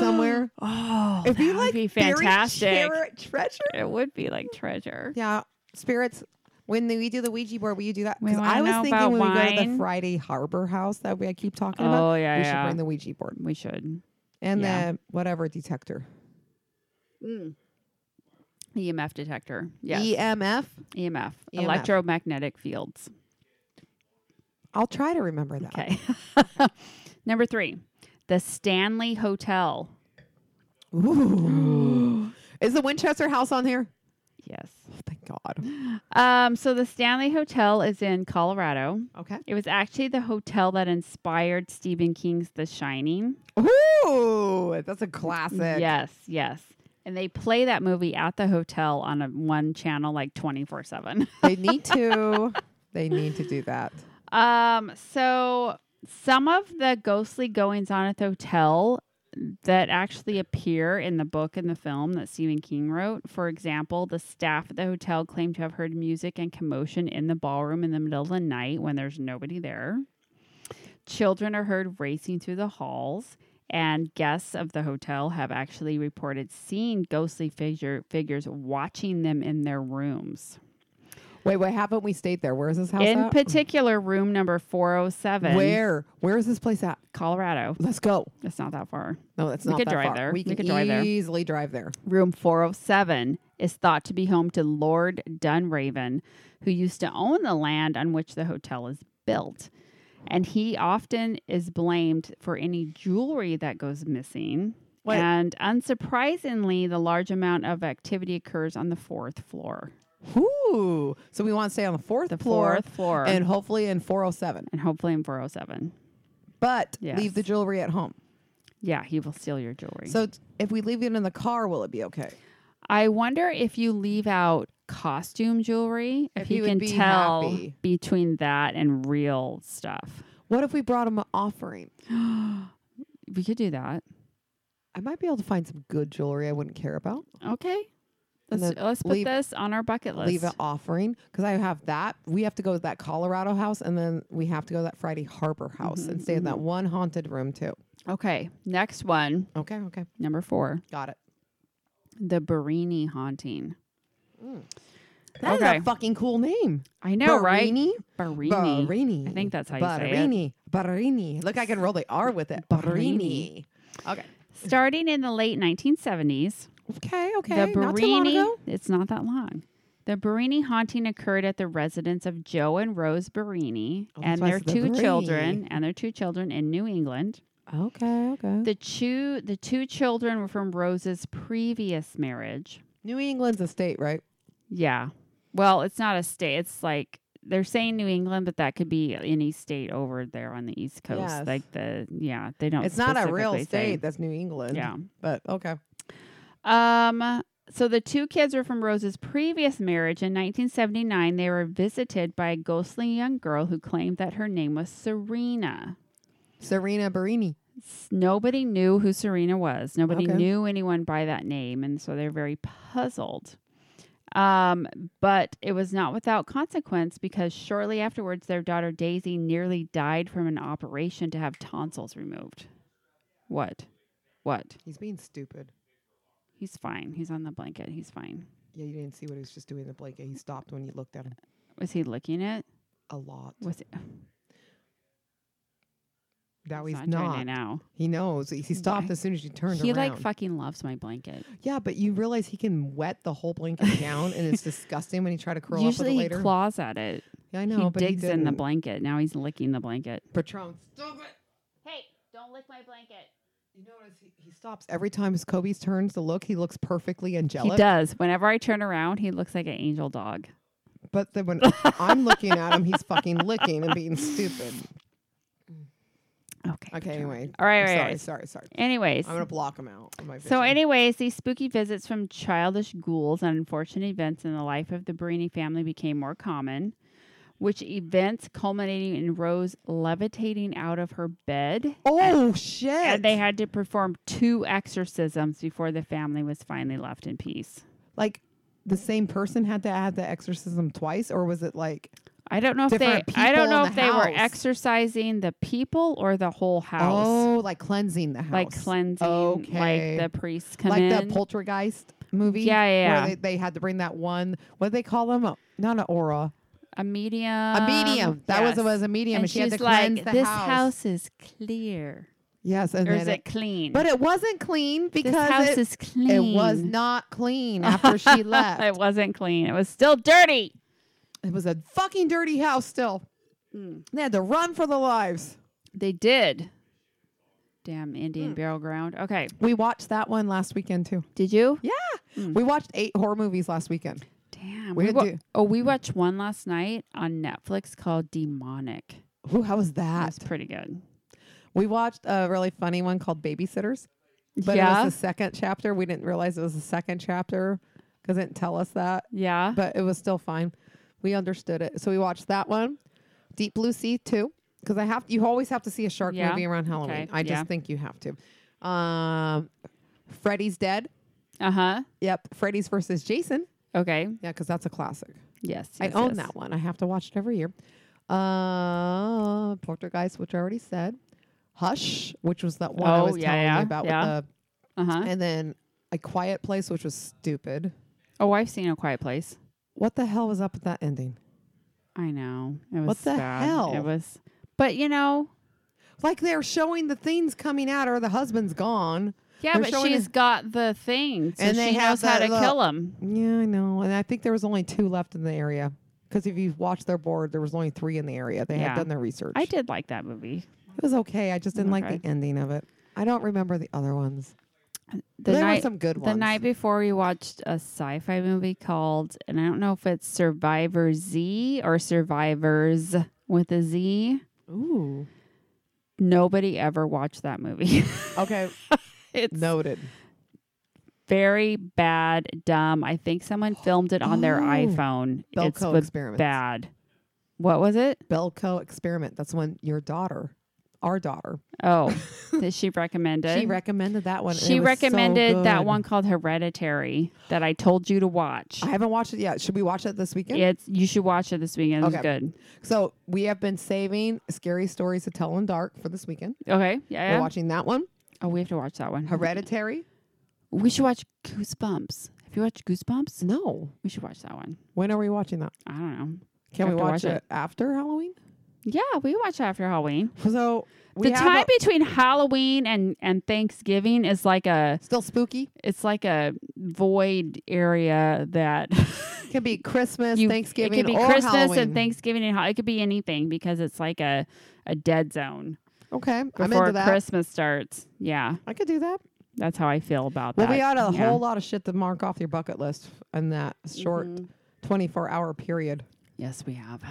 Speaker 2: somewhere.
Speaker 1: oh
Speaker 2: If you
Speaker 1: that would
Speaker 2: like
Speaker 1: be
Speaker 2: buried
Speaker 1: fantastic
Speaker 2: secret treasure,
Speaker 1: it would be like treasure
Speaker 2: Yeah, spirits. When we do the Ouija board, will you do that?
Speaker 1: We
Speaker 2: Because I
Speaker 1: wanna
Speaker 2: was
Speaker 1: know
Speaker 2: thinking
Speaker 1: about
Speaker 2: when we go to the
Speaker 1: wine.
Speaker 2: Friday Harbor House that we I keep talking about,
Speaker 1: oh yeah
Speaker 2: we should
Speaker 1: yeah
Speaker 2: bring the Ouija board
Speaker 1: we should
Speaker 2: and
Speaker 1: Yeah.
Speaker 2: the whatever detector.
Speaker 1: EMF E detector. Yes.
Speaker 2: E EMF.
Speaker 1: EMF,
Speaker 2: EMF.
Speaker 1: electromagnetic fields.
Speaker 2: I'll try to remember that.
Speaker 1: Okay. Number three, the Stanley Hotel.
Speaker 2: Ooh. Is the Winchester House on here?
Speaker 1: Yes.
Speaker 2: Oh, thank God.
Speaker 1: Um, so the Stanley Hotel is in Colorado.
Speaker 2: Okay.
Speaker 1: It was actually the hotel that inspired Stephen King's The Shining.
Speaker 2: Ooh, that's a classic.
Speaker 1: Yes, yes. And they play that movie at the hotel on a one channel like 24 7.
Speaker 2: They need to. they need to do that.
Speaker 1: Um, so some of the ghostly goings on at the hotel that actually appear in the book and the film that Stephen King wrote. For example, the staff at the hotel claim to have heard music and commotion in the ballroom in the middle of the night when there's nobody there. Children are heard racing through the halls, and guests of the hotel have actually reported seeing ghostly figure figures watching them in their rooms.
Speaker 2: Wait, wait, haven't we stayed there? Where is this house
Speaker 1: In
Speaker 2: at?
Speaker 1: particular, room number 407.
Speaker 2: Where? Where is this place at?
Speaker 1: Colorado.
Speaker 2: Let's go.
Speaker 1: It's not that far.
Speaker 2: No, that's
Speaker 1: We
Speaker 2: not
Speaker 1: could
Speaker 2: that
Speaker 1: drive
Speaker 2: far.
Speaker 1: there.
Speaker 2: We
Speaker 1: We
Speaker 2: can
Speaker 1: could drive there.
Speaker 2: easily drive there.
Speaker 1: Room 407 is thought to be home to Lord Dunraven, who used to own the land on which the hotel is built. And he often is blamed for any jewelry that goes missing.
Speaker 2: Wait.
Speaker 1: And unsurprisingly, the large amount of activity occurs on the fourth floor.
Speaker 2: Ooh. So we want to stay on the fourth
Speaker 1: The
Speaker 2: floor,
Speaker 1: fourth floor.
Speaker 2: and
Speaker 1: And,
Speaker 2: hopefully in 407.
Speaker 1: hopefully in 407.
Speaker 2: But leave
Speaker 1: Yes.
Speaker 2: the jewelry at home.
Speaker 1: Yeah, he will steal your jewelry.
Speaker 2: So t- if we leave it in the car, will it be okay?
Speaker 1: I wonder if you leave out costume jewelry, if,
Speaker 2: If he
Speaker 1: you
Speaker 2: would
Speaker 1: can
Speaker 2: be
Speaker 1: tell
Speaker 2: happy.
Speaker 1: between that and real stuff.
Speaker 2: What if we brought him an offering?
Speaker 1: We could do that.
Speaker 2: I might be able to find some good jewelry I wouldn't care about.
Speaker 1: Okay.
Speaker 2: And
Speaker 1: Let's,
Speaker 2: then
Speaker 1: let's put
Speaker 2: leave-
Speaker 1: this on our bucket list.
Speaker 2: Leave an offering because I have that. We have to go to that Colorado house and then we have to go to that Friday Harbor
Speaker 1: Mm-hmm,
Speaker 2: house and stay in that one haunted room too.
Speaker 1: Okay. Next one,
Speaker 2: Okay, okay.
Speaker 1: number four,
Speaker 2: Got it.
Speaker 1: the Barini haunting.
Speaker 2: That's
Speaker 1: Okay.
Speaker 2: a fucking cool name.
Speaker 1: I know, right?
Speaker 2: Barini?
Speaker 1: Barini.
Speaker 2: Barini.
Speaker 1: I think that's how you say it.
Speaker 2: Barini. Barini. Look, I can roll the R with it. Barini.
Speaker 1: Barini.
Speaker 2: Okay.
Speaker 1: Starting in the late 1970s,
Speaker 2: Okay. Okay.
Speaker 1: The
Speaker 2: Not too long
Speaker 1: Barini.
Speaker 2: ago.
Speaker 1: It's not that long. The Barini haunting occurred at the residence of Joe and Rose Barini
Speaker 2: Oh, that's
Speaker 1: and
Speaker 2: why
Speaker 1: their
Speaker 2: it's the
Speaker 1: two
Speaker 2: Barini.
Speaker 1: children and their two children in New England.
Speaker 2: Okay. Okay.
Speaker 1: The two the two children were from Rose's previous marriage.
Speaker 2: New England's a state, right?
Speaker 1: Yeah. Well, it's not a state. It's like they're saying New England, but that could be any state over there on the East Coast.
Speaker 2: Yes.
Speaker 1: Like the yeah, they don't.
Speaker 2: it's not a real
Speaker 1: specifically
Speaker 2: state.
Speaker 1: say.
Speaker 2: That's New England.
Speaker 1: Yeah.
Speaker 2: But okay.
Speaker 1: Um, so the two kids are from Rose's previous marriage. In 1979, they were visited by a ghostly young girl who claimed that her name was Serena.
Speaker 2: Serena Barini.
Speaker 1: S- Nobody knew who Serena was. Nobody
Speaker 2: Okay.
Speaker 1: knew anyone by that name, and so they're very puzzled. Um, but it was not without consequence because shortly afterwards, their daughter Daisy nearly died from an operation to have tonsils removed. What? What?
Speaker 2: He's being stupid.
Speaker 1: He's fine. He's on the blanket. He's fine.
Speaker 2: Yeah, you didn't see what he was just doing in the blanket. He stopped when you looked at him
Speaker 1: Was he licking it?
Speaker 2: a lot.
Speaker 1: Was it?
Speaker 2: That he's
Speaker 1: not doing it
Speaker 2: not.
Speaker 1: now.
Speaker 2: He knows. He he stopped
Speaker 1: Why?
Speaker 2: as soon as you turned
Speaker 1: he
Speaker 2: around.
Speaker 1: like fucking loves my blanket.
Speaker 2: yeah, but you realize he can wet the whole blanket down, and it's disgusting when you try to curl
Speaker 1: Usually
Speaker 2: up
Speaker 1: he
Speaker 2: with it later.
Speaker 1: claws at it.
Speaker 2: yeah, I know,
Speaker 1: he
Speaker 2: but
Speaker 1: digs
Speaker 2: he
Speaker 1: in the
Speaker 2: didn't.
Speaker 1: blanket. Now he's licking the blanket.
Speaker 2: Patron, stop it!
Speaker 1: Hey, don't lick my blanket.
Speaker 2: You notice he, he stops every time his Kobe's turns to look. He looks perfectly angelic.
Speaker 1: He does. Whenever I turn around, he looks like an angel dog.
Speaker 2: But then when I'm looking at him, he's fucking licking and being stupid.
Speaker 1: Okay.
Speaker 2: Okay, anyway.
Speaker 1: All right,
Speaker 2: I'm
Speaker 1: right,
Speaker 2: sorry,
Speaker 1: right.
Speaker 2: sorry, sorry.
Speaker 1: Anyways.
Speaker 2: I'm gonna block him out. of My
Speaker 1: So,
Speaker 2: vision.
Speaker 1: anyways, these spooky visits from childish ghouls and unfortunate events in the life of the Barini family became more common, which events culminating in Rose levitating out of her bed.
Speaker 2: oh shit!
Speaker 1: And they had to perform two exorcisms before the family was finally left in peace.
Speaker 2: like the same person had to have the exorcism twice, or was it like
Speaker 1: I don't know if
Speaker 2: Different
Speaker 1: they I don't
Speaker 2: people
Speaker 1: know
Speaker 2: in
Speaker 1: if
Speaker 2: the
Speaker 1: they were
Speaker 2: house.
Speaker 1: exorcising the people or the whole house.
Speaker 2: oh, like cleansing the house,
Speaker 1: Like cleansing
Speaker 2: Okay.
Speaker 1: like the priests come
Speaker 2: like
Speaker 1: in.
Speaker 2: the poltergeist movie?
Speaker 1: Yeah, yeah, yeah.
Speaker 2: Where they, they had to bring that one. What do they call them? A, not an aura,
Speaker 1: a medium.
Speaker 2: a medium. that
Speaker 1: Um, yes.
Speaker 2: was it was a medium, and,
Speaker 1: And
Speaker 2: she had
Speaker 1: she's
Speaker 2: to
Speaker 1: like,
Speaker 2: cleanse the
Speaker 1: This
Speaker 2: house.
Speaker 1: is clear.
Speaker 2: Yes, and
Speaker 1: Or
Speaker 2: then
Speaker 1: is it clean?
Speaker 2: but it wasn't clean because
Speaker 1: this house
Speaker 2: it,
Speaker 1: is clean.
Speaker 2: it was not clean after she left.
Speaker 1: it wasn't clean. It was still dirty.
Speaker 2: It was a fucking dirty house still. They had to run for their lives.
Speaker 1: They did. Damn
Speaker 2: Hmm.
Speaker 1: Indian burial ground. Okay.
Speaker 2: We watched that one last weekend too.
Speaker 1: Did you?
Speaker 2: Yeah.
Speaker 1: Mm.
Speaker 2: We watched eight horror movies last weekend.
Speaker 1: Damn.
Speaker 2: We
Speaker 1: We
Speaker 2: did
Speaker 1: wa-
Speaker 2: too.
Speaker 1: oh, we watched one last night on Netflix called Demonic.
Speaker 2: Ooh, how was that?
Speaker 1: That's pretty good.
Speaker 2: We watched a really funny one called Babysitters. But it
Speaker 1: yeah.
Speaker 2: was the second chapter. We didn't realize it was the second chapter because it didn't tell us that.
Speaker 1: yeah.
Speaker 2: But it was still fine. We understood it. So we watched that one. Deep Blue Sea too. Because I have you always have to see a shark
Speaker 1: Yeah.
Speaker 2: movie around Halloween.
Speaker 1: Okay.
Speaker 2: I just
Speaker 1: Yeah.
Speaker 2: think you have to. Um Freddy's Dead.
Speaker 1: Uh huh.
Speaker 2: Yep. Freddy's versus Jason.
Speaker 1: Okay.
Speaker 2: Yeah, because that's a classic.
Speaker 1: Yes.
Speaker 2: I
Speaker 1: yes,
Speaker 2: own
Speaker 1: yes.
Speaker 2: that one. I have to watch it every year. Uh, Poltergeist, which I already said. Hush, which was that one I
Speaker 1: Oh,
Speaker 2: was
Speaker 1: yeah,
Speaker 2: telling
Speaker 1: yeah,
Speaker 2: you about.
Speaker 1: yeah.
Speaker 2: With
Speaker 1: Uh
Speaker 2: the,
Speaker 1: huh.
Speaker 2: and then A Quiet Place, which was stupid.
Speaker 1: Oh, I've seen a quiet place.
Speaker 2: What the hell was up with that ending?
Speaker 1: I know. It was
Speaker 2: What the
Speaker 1: sad. It
Speaker 2: hell?
Speaker 1: was. But you know.
Speaker 2: Like they're showing the things coming out, or the husband's gone.
Speaker 1: Yeah,
Speaker 2: They're
Speaker 1: but
Speaker 2: showing
Speaker 1: she's
Speaker 2: it-
Speaker 1: got the thing, so
Speaker 2: And they
Speaker 1: she
Speaker 2: have
Speaker 1: knows how
Speaker 2: that
Speaker 1: to
Speaker 2: little-
Speaker 1: kill him.
Speaker 2: Yeah, I know. And I think there was only two left in the area. Because if you watch their board, there was only three in the area. They
Speaker 1: Yeah.
Speaker 2: had done their research.
Speaker 1: I did like that movie.
Speaker 2: It was okay. I just didn't
Speaker 1: Okay.
Speaker 2: like the ending of it. I don't remember the other ones.
Speaker 1: The
Speaker 2: there
Speaker 1: night,
Speaker 2: were some good
Speaker 1: the
Speaker 2: ones.
Speaker 1: night before, we watched a sci-fi movie called, and I don't know if it's Survivor Z or Survivors with a Z.
Speaker 2: Ooh.
Speaker 1: Nobody ever watched that movie.
Speaker 2: Okay.
Speaker 1: it's
Speaker 2: Noted.
Speaker 1: very bad, dumb. I think someone filmed it on their
Speaker 2: Oh.
Speaker 1: iPhone. it's
Speaker 2: Belco
Speaker 1: was
Speaker 2: experiment.
Speaker 1: bad. What was it?
Speaker 2: Belco experiment. That's when your daughter, our daughter,
Speaker 1: Oh, that she recommended.
Speaker 2: she recommended that one. and
Speaker 1: She
Speaker 2: it was so
Speaker 1: recommended that
Speaker 2: good.
Speaker 1: one called Hereditary that I told you to watch.
Speaker 2: I haven't watched it yet. Should we watch it this weekend?
Speaker 1: It's you should watch it this weekend. It's
Speaker 2: Okay.
Speaker 1: good.
Speaker 2: So we have been saving scary stories to tell in dark for this weekend.
Speaker 1: Okay. Yeah. yeah.
Speaker 2: We're watching that one,
Speaker 1: oh, we have to watch that one.
Speaker 2: Hereditary.
Speaker 1: We should watch Goosebumps. Have you watched Goosebumps?
Speaker 2: No.
Speaker 1: We should watch that one.
Speaker 2: When are we watching that?
Speaker 1: I don't know.
Speaker 2: Can
Speaker 1: have
Speaker 2: we
Speaker 1: to
Speaker 2: watch,
Speaker 1: watch
Speaker 2: it,
Speaker 1: it.
Speaker 2: after Halloween?
Speaker 1: Yeah, we watch after Halloween.
Speaker 2: So we
Speaker 1: the
Speaker 2: have
Speaker 1: time
Speaker 2: a-
Speaker 1: between Halloween and and Thanksgiving is like a
Speaker 2: still spooky.
Speaker 1: it's like a void area that
Speaker 2: Can be Christmas,
Speaker 1: you-
Speaker 2: Thanksgiving,
Speaker 1: It could be
Speaker 2: or
Speaker 1: Christmas
Speaker 2: Halloween.
Speaker 1: and Thanksgiving and Hall- it could be anything because it's like a a dead zone.
Speaker 2: Okay, I'm
Speaker 1: before
Speaker 2: into that.
Speaker 1: Christmas starts. Yeah,
Speaker 2: I could do that.
Speaker 1: that's how I feel about
Speaker 2: Well,
Speaker 1: that.
Speaker 2: we had a
Speaker 1: Yeah. Mm-hmm.
Speaker 2: whole lot of shit to mark off your bucket list in that short 24 hour period.
Speaker 1: Yes, we have.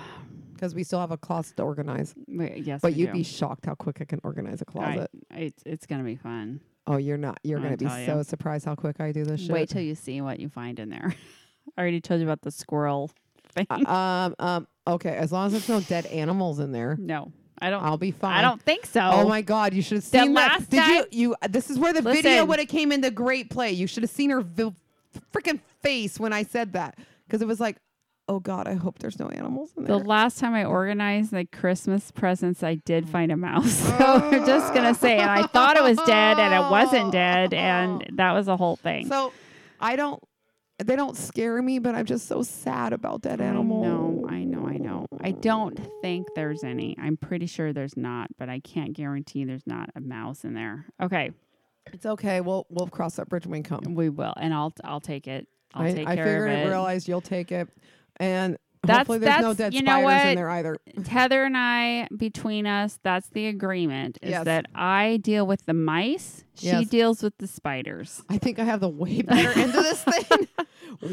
Speaker 2: because we still have a closet to organize.
Speaker 1: We, yes,
Speaker 2: But
Speaker 1: we
Speaker 2: you'd
Speaker 1: do.
Speaker 2: be shocked how quick I can organize a
Speaker 1: I-
Speaker 2: closet.
Speaker 1: it's it's gonna be fun.
Speaker 2: oh, you're not. You're
Speaker 1: I'll
Speaker 2: gonna be
Speaker 1: tell
Speaker 2: so
Speaker 1: you.
Speaker 2: surprised how quick I do this shit.
Speaker 1: Wait till you see what you find in there. I already told you about the squirrel thing.
Speaker 2: Uh, um. Um. Okay. As long as there's no dead animals in there,
Speaker 1: no, I don't.
Speaker 2: I'll be fine.
Speaker 1: I don't think so.
Speaker 2: Oh my God! You should have seen that.
Speaker 1: last
Speaker 2: Did
Speaker 1: guy-
Speaker 2: you? You. This is where the video
Speaker 1: Listen.
Speaker 2: would have came into great play. You should have seen her vi- freaking face when I said that because it was like, oh God, I hope there's no animals in
Speaker 1: The
Speaker 2: there.
Speaker 1: last time I organized the Christmas presents, I did find a mouse. So we're just gonna say, and I thought it was dead, and it wasn't dead, and that was the whole thing.
Speaker 2: so, I don't. They don't scare me, but I'm just so sad about that animal.
Speaker 1: No, I know, I know. I don't think there's any. I'm pretty sure there's not, but I can't guarantee there's not a mouse in there. Okay,
Speaker 2: It's okay. We'll we'll cross that bridge when we come.
Speaker 1: we will, and I'll I'll take it. I'll
Speaker 2: I,
Speaker 1: take
Speaker 2: I
Speaker 1: care
Speaker 2: figured
Speaker 1: of
Speaker 2: I
Speaker 1: it.
Speaker 2: realized you'll take it, and
Speaker 1: That's-
Speaker 2: hopefully there's no
Speaker 1: that's-
Speaker 2: dead
Speaker 1: you know
Speaker 2: spiders in
Speaker 1: what?
Speaker 2: there either.
Speaker 1: Heather and I, between us, that's the agreement: is
Speaker 2: Yes.
Speaker 1: that I deal with the mice, she
Speaker 2: Yes.
Speaker 1: deals with the spiders.
Speaker 2: I think I have the way better end of this thing.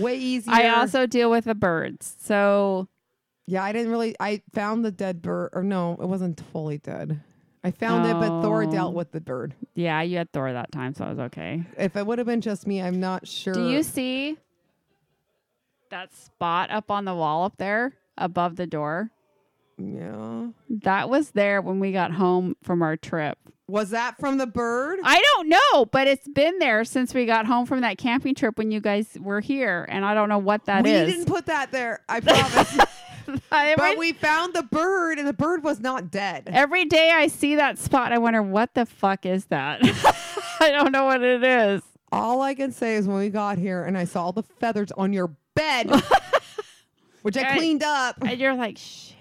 Speaker 2: way easier.
Speaker 1: I also deal with the birds. So
Speaker 2: yeah, I didn't really. I found the dead bird, or no, it wasn't fully dead. I found it, but Thor dealt
Speaker 1: Oh.
Speaker 2: with the bird.
Speaker 1: yeah, you had Thor that time, so I was okay.
Speaker 2: If it would have been just me, I'm not sure.
Speaker 1: Do you see that spot up on the wall up there above the door?
Speaker 2: yeah.
Speaker 1: That was there when we got home from our trip.
Speaker 2: Was that from the bird?
Speaker 1: I don't know, but it's been there since we got home from that camping trip when you guys were here, and I don't know what that
Speaker 2: we
Speaker 1: is.
Speaker 2: didn't put that there. I promise.
Speaker 1: I-
Speaker 2: but we found the bird, and the bird was not dead.
Speaker 1: every day I see that spot, I wonder what the fuck is that. I don't know what it is.
Speaker 2: All I can say is when we got here, and I saw the feathers on your bed, which I
Speaker 1: Right.
Speaker 2: cleaned up.
Speaker 1: And you're like, shit.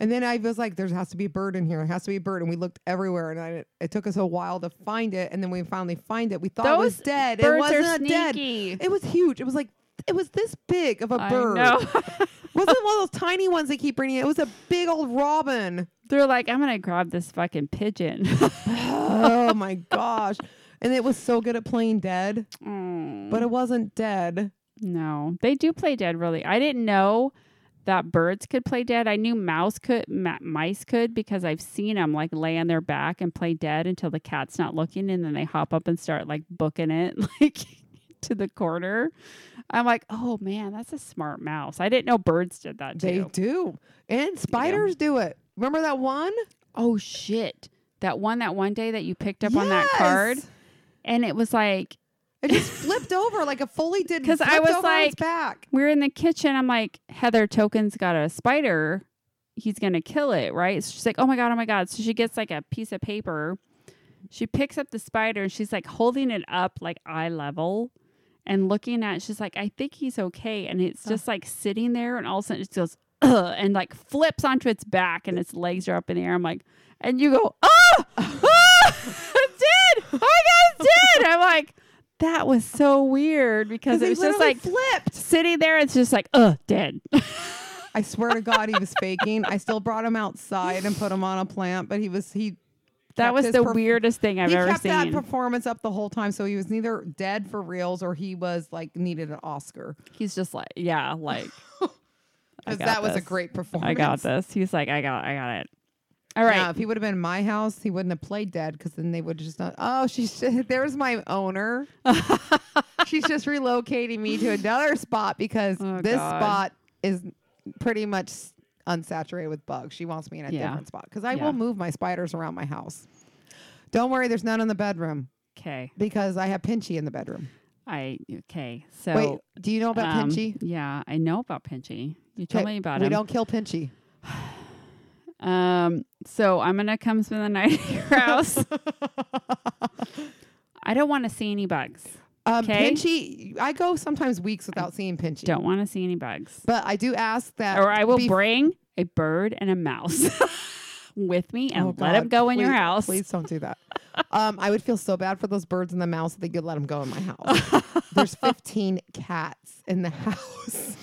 Speaker 2: And then I was like, there has to be a bird in here. There has to be a bird. And we looked everywhere. And I, it took us a while to find it. And then we finally find it. We thought it was
Speaker 1: Those
Speaker 2: dead. it
Speaker 1: birds are
Speaker 2: wasn't dead.
Speaker 1: sneaky.
Speaker 2: It was huge. It was like, it was this big of a
Speaker 1: I
Speaker 2: bird.
Speaker 1: know.
Speaker 2: wasn't one of those tiny ones they keep bringing. It was a big old robin.
Speaker 1: They're like, I'm gonna grab this fucking pigeon.
Speaker 2: oh my gosh. And it was so good at playing dead,
Speaker 1: Mm.
Speaker 2: but it wasn't dead.
Speaker 1: No, they do play dead. Really, I didn't know that birds could play dead. I knew mouse could, ma- mice could, because I've seen them like lay on their back and play dead until the cat's not looking, and then they hop up and start like booking it like to the corner. I'm like, oh man, that's a smart mouse. I didn't know birds did that too.
Speaker 2: They do. And spiders do it. Remember that one?
Speaker 1: oh shit, that one that one day that you picked up on that card,
Speaker 2: Yes.
Speaker 1: and it was like
Speaker 2: It just flipped over like a fully did.
Speaker 1: 'Cause I
Speaker 2: flipped
Speaker 1: was
Speaker 2: over on its
Speaker 1: like-
Speaker 2: back.
Speaker 1: we were in the kitchen. I'm like, Heather Token's got a spider. He's gonna kill it, right? So she's like, Oh my god, oh my god. So she gets like a piece of paper. She picks up the spider and she's like holding it up like eye level and looking at it. She's like, I think he's okay. And it's just like sitting there and all of a sudden it just goes Ugh, and like flips onto its back and its legs are up in the air. I'm like, and you go, Oh, oh it's dead. Oh my god, it's dead. I'm like, that was so weird because
Speaker 2: they
Speaker 1: it was just
Speaker 2: literally
Speaker 1: like
Speaker 2: flipped.
Speaker 1: sitting there, it's just like, ugh, dead.
Speaker 2: I swear to God, he was faking. I still brought him outside and put him on a plant, but he was he.
Speaker 1: that
Speaker 2: kept
Speaker 1: was
Speaker 2: his
Speaker 1: the
Speaker 2: perf-
Speaker 1: weirdest thing I've
Speaker 2: he
Speaker 1: ever
Speaker 2: kept that
Speaker 1: seen.
Speaker 2: performance up the whole time, so he was neither dead for reals or he was like needed an Oscar
Speaker 1: He's just like, yeah, like, I
Speaker 2: because
Speaker 1: got
Speaker 2: that was a
Speaker 1: this.
Speaker 2: great performance.
Speaker 1: I got this. He's like, I got, I got it. All right.
Speaker 2: Yeah, if he would have been in my house, he wouldn't have played dead because then they would just not. Oh, she's there's my owner. she's just relocating me to another spot because
Speaker 1: Oh,
Speaker 2: this
Speaker 1: God.
Speaker 2: spot is pretty much unsaturated with bugs. She wants me in a
Speaker 1: Yeah.
Speaker 2: different spot because I
Speaker 1: Yeah.
Speaker 2: will move my spiders around my house. Don't worry, there's none in the bedroom
Speaker 1: Okay.
Speaker 2: because I have Pinchy in the bedroom.
Speaker 1: I okay. So
Speaker 2: Wait, do you know about
Speaker 1: um,
Speaker 2: Pinchy?
Speaker 1: Yeah, I know about Pinchy. You told
Speaker 2: Okay,
Speaker 1: me about
Speaker 2: we
Speaker 1: him.
Speaker 2: don't kill Pinchy.
Speaker 1: Um. So I'm gonna come spend the night at your house. I don't want to see any bugs.
Speaker 2: Um,
Speaker 1: Okay.
Speaker 2: Pinchy, I go sometimes weeks without seeing Pinchy.
Speaker 1: Don't want to see any bugs.
Speaker 2: But I do ask that,
Speaker 1: or I will
Speaker 2: Uh, bef-
Speaker 1: bring a bird and a mouse with me and
Speaker 2: Oh,
Speaker 1: let them
Speaker 2: God.
Speaker 1: go in your
Speaker 2: Please-
Speaker 1: house.
Speaker 2: Please don't do that. um, I would feel so bad for those birds and the mouse that they could let them go in my house. There's 15 cats in the house.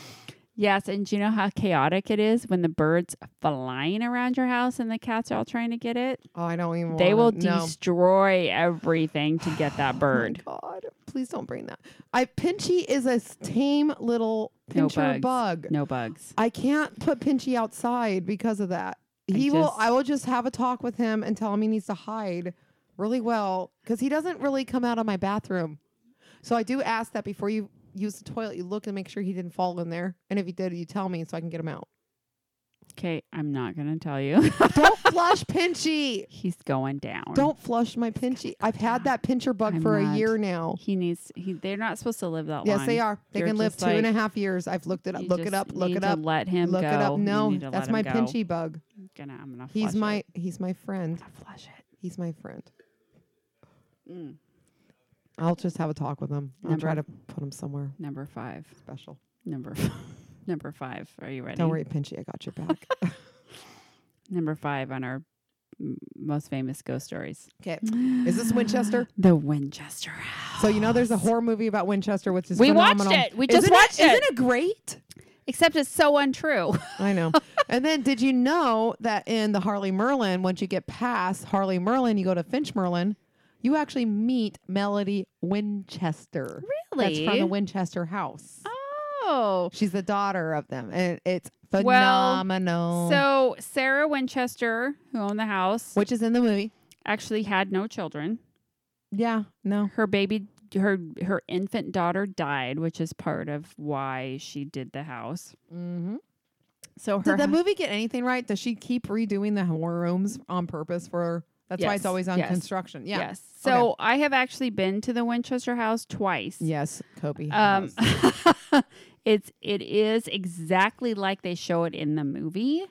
Speaker 1: Yes, and do you know how chaotic it is when the birds flying around your house and the cats are all trying to get it?
Speaker 2: Oh, I don't even.
Speaker 1: They will
Speaker 2: wanna- no.
Speaker 1: destroy everything to get that
Speaker 2: Oh my
Speaker 1: bird.
Speaker 2: God, please don't bring that. I Pinchy is a tame little Pinch
Speaker 1: no
Speaker 2: or
Speaker 1: bugs.
Speaker 2: a bug.
Speaker 1: No bugs.
Speaker 2: I can't put Pinchy outside because of that.
Speaker 1: I
Speaker 2: He will.
Speaker 1: just-
Speaker 2: I will just have a talk with him and tell him he needs to hide really well because he doesn't really come out of my bathroom. So I do ask that before you use the toilet, you look and make sure he didn't fall in there, and if he did, you tell me so I can get him out.
Speaker 1: Okay, I'm not gonna tell you.
Speaker 2: Don't flush Pinchy.
Speaker 1: He's going down.
Speaker 2: Don't flush my Pinchy. I've had that pincher bug
Speaker 1: I'm
Speaker 2: for
Speaker 1: not.
Speaker 2: a year now.
Speaker 1: He needs. He. They're not supposed to live that long.
Speaker 2: Yes, they are. They
Speaker 1: You're
Speaker 2: can live
Speaker 1: just
Speaker 2: two and a half
Speaker 1: like-
Speaker 2: years. I've looked it up.
Speaker 1: You
Speaker 2: Look it
Speaker 1: just
Speaker 2: up. Look
Speaker 1: need
Speaker 2: it
Speaker 1: to
Speaker 2: up.
Speaker 1: Let him
Speaker 2: Look
Speaker 1: go.
Speaker 2: it up.
Speaker 1: You
Speaker 2: No,
Speaker 1: need to let
Speaker 2: that's
Speaker 1: him
Speaker 2: my
Speaker 1: go.
Speaker 2: Pinchy bug.
Speaker 1: Gonna, I'm gonna.
Speaker 2: He's
Speaker 1: flush
Speaker 2: my
Speaker 1: It.
Speaker 2: he's my friend.
Speaker 1: I'm gonna flush it.
Speaker 2: He's my friend.
Speaker 1: Mm.
Speaker 2: I'll just have a talk with him. I'll try to put him somewhere
Speaker 1: Number five.
Speaker 2: special.
Speaker 1: Number. f- number five. Are you ready?
Speaker 2: Don't worry, Pinchy, I got your back.
Speaker 1: Number five on our m- most famous ghost stories.
Speaker 2: okay. Is this Winchester?
Speaker 1: The Winchester House.
Speaker 2: So you know there's a horror movie about Winchester, which is
Speaker 1: We watched
Speaker 2: phenomenal.
Speaker 1: it. We just
Speaker 2: Isn't
Speaker 1: watched it.
Speaker 2: Isn't it great?
Speaker 1: Except it's so untrue.
Speaker 2: I know. and then did you know that in the Harley Merlin, once you get past Harley Merlin, you go to Finch Merlin, you actually meet Melody Winchester. That's from the Winchester house.
Speaker 1: oh.
Speaker 2: She's the daughter of them. And it's
Speaker 1: Well,
Speaker 2: phenomenal.
Speaker 1: So Sarah Winchester, who owned the house,
Speaker 2: which is in the movie.
Speaker 1: actually had no children.
Speaker 2: Yeah, no.
Speaker 1: Her baby, her her infant daughter died, which is part of why she did the house.
Speaker 2: Mm-hmm.
Speaker 1: So her
Speaker 2: Did the movie get anything right? Does she keep redoing the horror rooms on purpose for? That's why it's
Speaker 1: Yes,
Speaker 2: always on
Speaker 1: yes,
Speaker 2: construction. Yeah.
Speaker 1: Yes. So I have actually been to the Winchester house twice.
Speaker 2: Yes, Kobe.
Speaker 1: Um,
Speaker 2: has.
Speaker 1: it's it is exactly like they show it in the movie.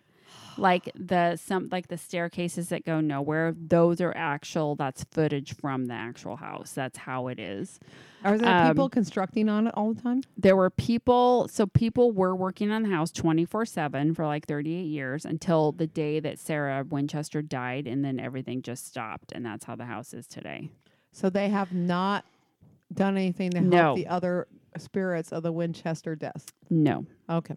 Speaker 1: Like the some like the staircases that go nowhere, those are actual. That's footage from the actual house. That's how it is.
Speaker 2: Are there
Speaker 1: um,
Speaker 2: people constructing on it all the time?
Speaker 1: There were people, so people were working on the house twenty four seven for like thirty eight years until the day that Sarah Winchester died, and then everything just stopped, and that's how the house is today.
Speaker 2: So they have not done anything to help
Speaker 1: No.
Speaker 2: the other spirits of the Winchester death.
Speaker 1: No,
Speaker 2: Okay.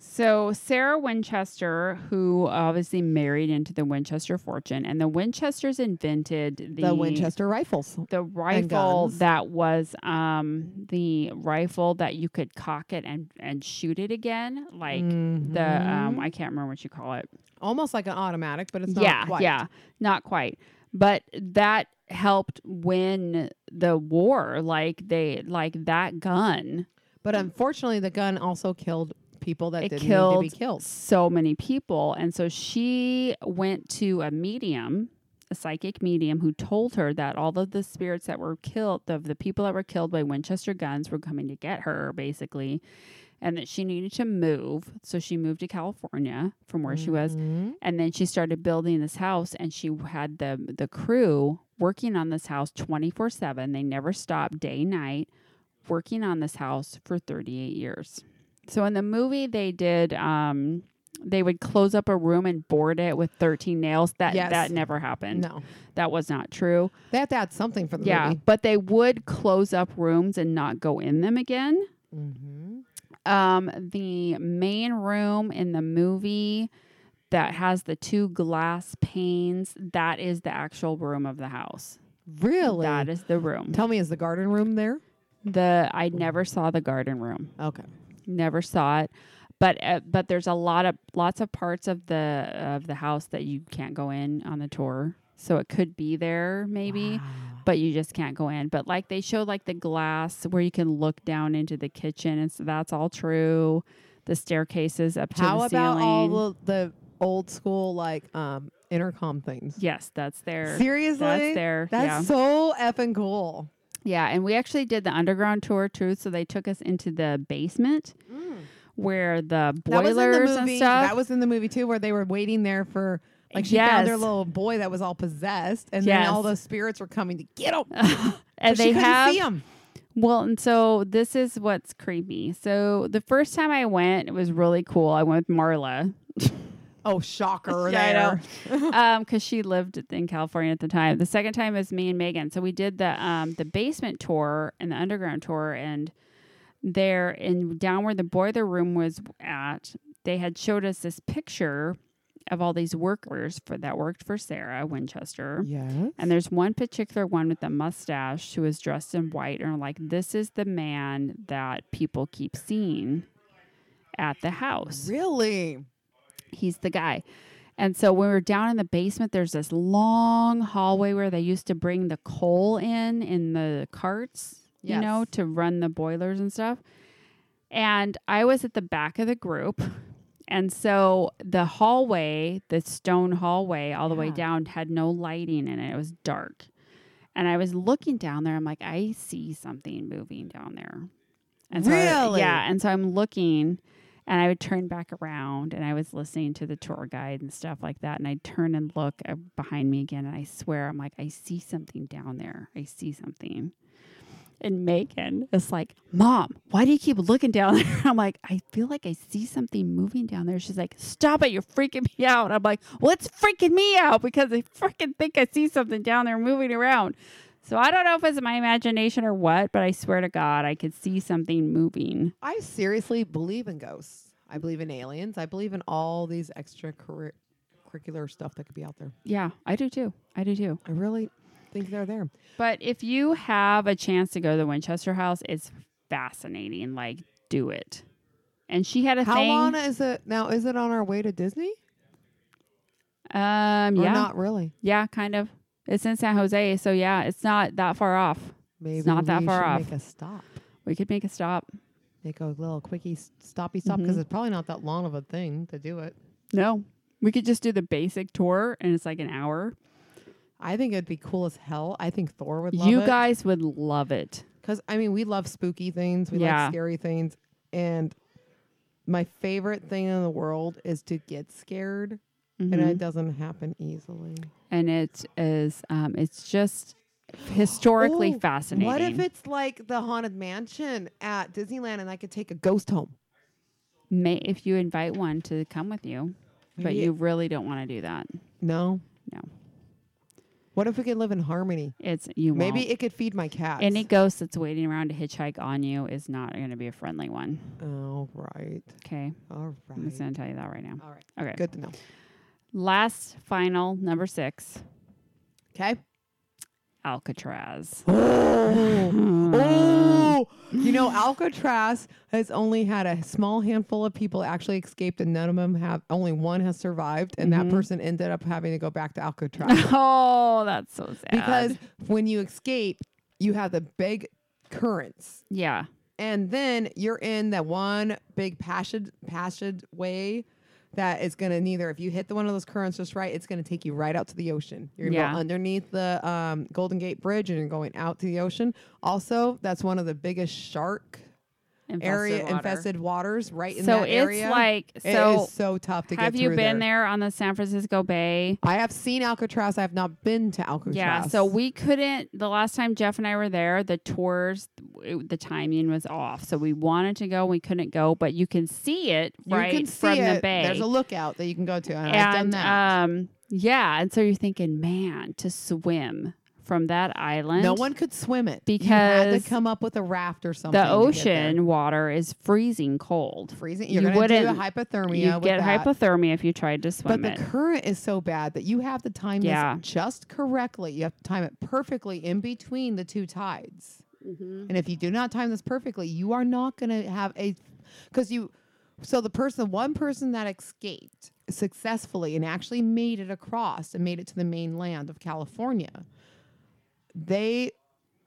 Speaker 1: So Sarah Winchester, who obviously married into the Winchester fortune, and the Winchesters invented the,
Speaker 2: The, Winchester rifles.
Speaker 1: the rifle
Speaker 2: guns.
Speaker 1: that was um, the rifle that you could cock it and and shoot it again, like the um,
Speaker 2: Mhm.
Speaker 1: I can't remember what you call it.
Speaker 2: almost like an automatic, but it's not
Speaker 1: yeah,
Speaker 2: quite.
Speaker 1: yeah, not quite, but that helped win the war. Like they like that gun.
Speaker 2: But unfortunately, the gun also killed people that
Speaker 1: It
Speaker 2: didn't need to be killed.
Speaker 1: so many people. And so she went to a medium, a psychic medium, who told her that all of the spirits that were killed, of the people that were killed by Winchester guns, were coming to get her, basically, and that she needed to move. So she moved to California from where she was.
Speaker 2: Mhm.
Speaker 1: And then she started building this house, and she had the the crew working on this house twenty four seven. They never stopped, day night, working on this house for thirty eight years. So in the movie, they did. Um, they would close up a room and board it with thirteen nails. That
Speaker 2: Yes.
Speaker 1: that never happened.
Speaker 2: No,
Speaker 1: That was not true.
Speaker 2: they have to add something for the
Speaker 1: yeah,
Speaker 2: movie.
Speaker 1: but they would close up rooms and not go in them again.
Speaker 2: Mm-hmm.
Speaker 1: Um, the main room in the movie that has the two glass panes, that is the actual room of the house.
Speaker 2: Really?
Speaker 1: That is the room.
Speaker 2: Tell me, is the garden room there?
Speaker 1: The I never saw the garden room.
Speaker 2: Okay.
Speaker 1: Never saw it. But uh, but there's a lot of lots of parts of the of the house that you can't go in on the tour. So it could be there maybe.
Speaker 2: Wow.
Speaker 1: but you just can't go in. But like they show like the glass where you can look down into the kitchen, and so that's all true. The staircases up to
Speaker 2: How
Speaker 1: the
Speaker 2: about
Speaker 1: ceiling.
Speaker 2: all the, the old school like um intercom things?
Speaker 1: yes, that's there.
Speaker 2: Seriously,
Speaker 1: That's there.
Speaker 2: That's
Speaker 1: yeah.
Speaker 2: so effing cool.
Speaker 1: yeah, and we actually did the underground tour too. So they took us into the basement where the
Speaker 2: Mm. That was in the
Speaker 1: boilers and
Speaker 2: movie.
Speaker 1: stuff.
Speaker 2: That was in the movie too, where they were waiting there for like she found their
Speaker 1: Yes.
Speaker 2: little boy that was all possessed, and
Speaker 1: Yes.
Speaker 2: then all those spirits were coming to get him.
Speaker 1: and
Speaker 2: she
Speaker 1: they
Speaker 2: couldn't
Speaker 1: have
Speaker 2: see him.
Speaker 1: Well, and so this is what's creepy. So the first time I went, it was really cool. I went with Marla.
Speaker 2: Oh, shocker!
Speaker 1: Yeah, I
Speaker 2: there.
Speaker 1: know. um because she lived in california at the time the second time was me and megan so we did the um the basement tour and the underground tour and there and down where the boiler room was at they had showed us this picture of all these workers for that worked for sarah winchester
Speaker 2: Yes.
Speaker 1: and there's one particular one with a mustache who is dressed in white and are like, this is the man that people keep seeing at the house.
Speaker 2: Really?
Speaker 1: He's the guy. And so when we were down in the basement, there's this long hallway where they used to bring the coal in in the carts, you know,
Speaker 2: Yes.
Speaker 1: to run the boilers and stuff. And I was at the back of the group. And so the hallway, the stone hallway all the way
Speaker 2: Yeah.
Speaker 1: down had no lighting in it. It was dark. And I was looking down there. I'm like, I see something moving down there. And so I-
Speaker 2: Really?
Speaker 1: yeah. And so I'm looking and I would turn back around and I was listening to the tour guide and stuff like that. And I'd turn and look uh, behind me again. And I swear, I'm like, I see something down there. I see something. And Megan is like, Mom, why do you keep looking down there? I'm like, I feel like I see something moving down there. She's like, Stop it. You're freaking me out. I'm like, Well, it's freaking me out because I freaking think I see something down there moving around. So I don't know if it's my imagination or what, but I swear to God, I could see something moving.
Speaker 2: I seriously believe in ghosts. I believe in aliens. I believe in all these extracurricular stuff that could be out there.
Speaker 1: Yeah, I do too. I do too.
Speaker 2: I really think they're there.
Speaker 1: But if you have a chance to go to the Winchester House, it's fascinating. Like, do it. And she had a
Speaker 2: How
Speaker 1: thing.
Speaker 2: long is it now? Is it on our way to Disney?
Speaker 1: um,
Speaker 2: Or
Speaker 1: yeah,
Speaker 2: not really.
Speaker 1: yeah, kind of. It's in San Jose, so yeah, it's not that far off.
Speaker 2: Maybe
Speaker 1: not that
Speaker 2: we
Speaker 1: far
Speaker 2: should
Speaker 1: off.
Speaker 2: Make a stop.
Speaker 1: We could make a stop.
Speaker 2: Make a little quickie s- stoppy
Speaker 1: Mm-hmm.
Speaker 2: stop because it's probably not that long of a thing to do it.
Speaker 1: No, we could just do the basic tour, and it's like an hour.
Speaker 2: I think it'd be cool as hell. I think Thor would love
Speaker 1: you
Speaker 2: it.
Speaker 1: guys would love it.
Speaker 2: Because I mean, we love spooky things. We
Speaker 1: Yeah.
Speaker 2: like scary things, and my favorite thing in the world is to get scared, and
Speaker 1: Mhm.
Speaker 2: it doesn't happen easily.
Speaker 1: and it is um, it's just historically
Speaker 2: Ooh,
Speaker 1: fascinating.
Speaker 2: What if it's like the haunted mansion at Disneyland, and I could take a ghost home?
Speaker 1: May, if you invite one to come with you, but
Speaker 2: Maybe-
Speaker 1: you really don't want to do that.
Speaker 2: No,
Speaker 1: No.
Speaker 2: What if we could live in harmony?
Speaker 1: It's you
Speaker 2: Maybe
Speaker 1: won't.
Speaker 2: it could feed my cats.
Speaker 1: any ghost that's waiting around to hitchhike on you is not going to be a friendly one.
Speaker 2: All right.
Speaker 1: Okay,
Speaker 2: All
Speaker 1: I'm just
Speaker 2: right.
Speaker 1: going to tell you that right now.
Speaker 2: All right.
Speaker 1: Okay,
Speaker 2: Good to know.
Speaker 1: last final number six,
Speaker 2: Okay.
Speaker 1: Alcatraz. Mm.
Speaker 2: Oh, you know, Alcatraz has only had a small handful of people actually escaped, and none of them have. Only one has survived, and that person ended up having to go back to Alcatraz
Speaker 1: Oh, that's so sad.
Speaker 2: because when you escape, you have the big currents,
Speaker 1: yeah,
Speaker 2: and then you're in that one big passage passage way. That is gonna neither if you hit the one of those currents just right, it's gonna take you right out to the ocean. You're gonna
Speaker 1: Yeah.
Speaker 2: go underneath the um, Golden Gate Bridge and you're going out to the ocean. Also, that's one of the biggest shark
Speaker 1: infested
Speaker 2: area
Speaker 1: water.
Speaker 2: infested waters right in
Speaker 1: So it's
Speaker 2: that area.
Speaker 1: like
Speaker 2: It
Speaker 1: so.
Speaker 2: is so tough to
Speaker 1: have
Speaker 2: get
Speaker 1: you
Speaker 2: through
Speaker 1: been there on the San Francisco Bay?
Speaker 2: I have seen Alcatraz. I have not been to Alcatraz.
Speaker 1: Yeah, so we couldn't. The last time Jeff and I were there, the tours, it, the timing was off. So we wanted to go, we couldn't go, but you can see it
Speaker 2: you
Speaker 1: right
Speaker 2: can see
Speaker 1: from
Speaker 2: it.
Speaker 1: the bay.
Speaker 2: There's a lookout that you can go to, and, I've done
Speaker 1: and
Speaker 2: that.
Speaker 1: um, yeah, and so you're thinking, man, to swim from that island,
Speaker 2: no one could swim it you had
Speaker 1: because
Speaker 2: to come up with a raft or something.
Speaker 1: the
Speaker 2: to get there.
Speaker 1: ocean water is freezing cold.
Speaker 2: freezing. You're
Speaker 1: you
Speaker 2: gonna do
Speaker 1: wouldn't-
Speaker 2: the hypothermia.
Speaker 1: you
Speaker 2: with
Speaker 1: get
Speaker 2: that.
Speaker 1: hypothermia if you tried to swim
Speaker 2: But the
Speaker 1: it.
Speaker 2: current is so bad that you have to time
Speaker 1: Yeah.
Speaker 2: this just correctly. You have to time it perfectly in between the two tides. And if you do not time this perfectly, you are not going to have a because you so the person one person that escaped successfully and actually made it across and made it to the mainland of California. They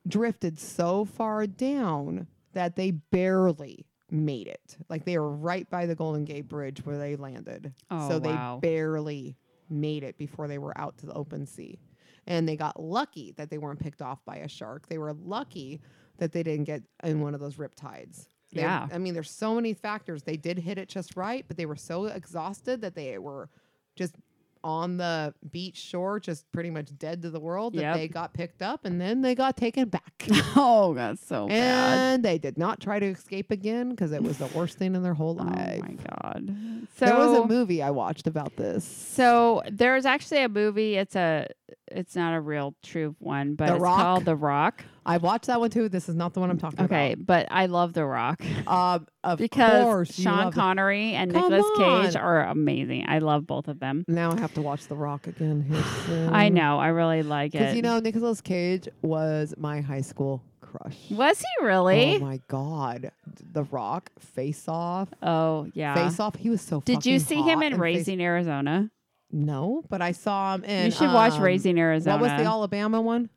Speaker 2: drifted so far down that they barely made it. Like they were right by the Golden Gate Bridge where they landed.
Speaker 1: Oh,
Speaker 2: so
Speaker 1: wow.
Speaker 2: they barely made it before they were out to the open sea. And they got lucky that they weren't picked off by a shark. They were lucky that they didn't get in one of those rip tides. They-
Speaker 1: Yeah.
Speaker 2: I mean, there's so many factors. They did hit it just right, but they were so exhausted that they were just on the beach shore, just pretty much dead to the world, that
Speaker 1: Yep.
Speaker 2: they got picked up and then they got taken back.
Speaker 1: oh, that's so bad.
Speaker 2: and they did not try to escape again because it was the worst thing in their whole
Speaker 1: Oh
Speaker 2: life.
Speaker 1: my god. So
Speaker 2: there was a movie I watched about this.
Speaker 1: So there's actually a movie. It's a it's not a real true one, but
Speaker 2: The
Speaker 1: it's
Speaker 2: Rock?
Speaker 1: called The Rock.
Speaker 2: I watched that one too. This is not the one I'm talking
Speaker 1: Okay, but I love The Rock
Speaker 2: about. Um, of
Speaker 1: because
Speaker 2: course, you
Speaker 1: Sean
Speaker 2: love-
Speaker 1: Connery and
Speaker 2: Come
Speaker 1: Nicolas Cage
Speaker 2: on.
Speaker 1: are amazing. I love both of them.
Speaker 2: Now I have to watch The Rock again. here
Speaker 1: I
Speaker 2: soon.
Speaker 1: know. I really like
Speaker 2: Because
Speaker 1: it.
Speaker 2: you know, Nicolas Cage was my high school crush.
Speaker 1: Was he really?
Speaker 2: Oh my god, The Rock, Face Off,
Speaker 1: Oh, yeah.
Speaker 2: Face Off. He was so.
Speaker 1: Did you
Speaker 2: fucking
Speaker 1: see him
Speaker 2: hot
Speaker 1: in
Speaker 2: Face-
Speaker 1: Raising Arizona?
Speaker 2: No, but I saw him in.
Speaker 1: you should watch
Speaker 2: um,
Speaker 1: Raising Arizona.
Speaker 2: What was the Alabama one?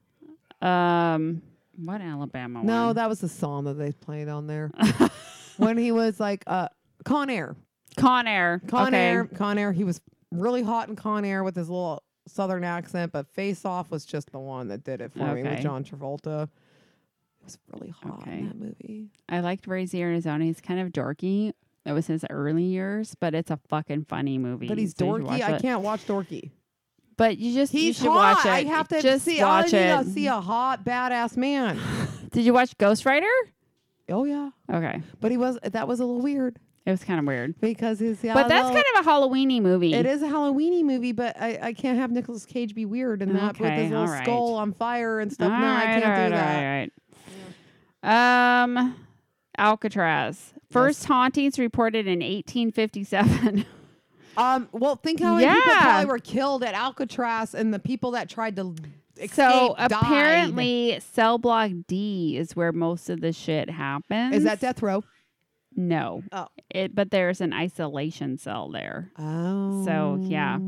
Speaker 1: um what Alabama one?
Speaker 2: No, that was the song that they played on there when he was like uh, Con Air.
Speaker 1: Con Air.
Speaker 2: Con
Speaker 1: okay.
Speaker 2: Air, Con Air. He was really hot in Con Air with his little southern accent, but Face Off was just the one that did it for me with
Speaker 1: Okay.
Speaker 2: John Travolta. It was really hot
Speaker 1: Okay.
Speaker 2: in that movie.
Speaker 1: I liked Raising Arizona. He's kind of dorky. That was his early years, but it's a fucking funny movie.
Speaker 2: But he's
Speaker 1: so you should
Speaker 2: dorky.
Speaker 1: watch
Speaker 2: I
Speaker 1: it.
Speaker 2: can't watch dorky.
Speaker 1: But you just you
Speaker 2: He's
Speaker 1: should
Speaker 2: hot.
Speaker 1: watch it.
Speaker 2: I have to
Speaker 1: just
Speaker 2: see.
Speaker 1: watch
Speaker 2: I
Speaker 1: it.
Speaker 2: need to see uh, a hot badass man.
Speaker 1: Did you watch Ghost Rider?
Speaker 2: oh yeah,
Speaker 1: Okay,
Speaker 2: but he was that was a little weird
Speaker 1: it was kind of weird,
Speaker 2: because his.
Speaker 1: but that's kind of a Halloweeny movie.
Speaker 2: It is a Halloweeny movie, but I, I can't have Nicolas Cage be weird and that with
Speaker 1: Okay,
Speaker 2: his little
Speaker 1: all right.
Speaker 2: skull on fire and
Speaker 1: All
Speaker 2: stuff. no, I
Speaker 1: right,
Speaker 2: can't
Speaker 1: all right,
Speaker 2: do that.
Speaker 1: all right, all right. Um, Alcatraz. First hauntings reported in 1857.
Speaker 2: Um, well, think how many people
Speaker 1: Yeah.
Speaker 2: probably were killed at Alcatraz and the people that tried to escape
Speaker 1: so
Speaker 2: died.
Speaker 1: apparently, cell block D is where most of the shit happens.
Speaker 2: is that death row?
Speaker 1: No.
Speaker 2: Oh.
Speaker 1: It, but there's an isolation cell there.
Speaker 2: Oh,
Speaker 1: So, yeah.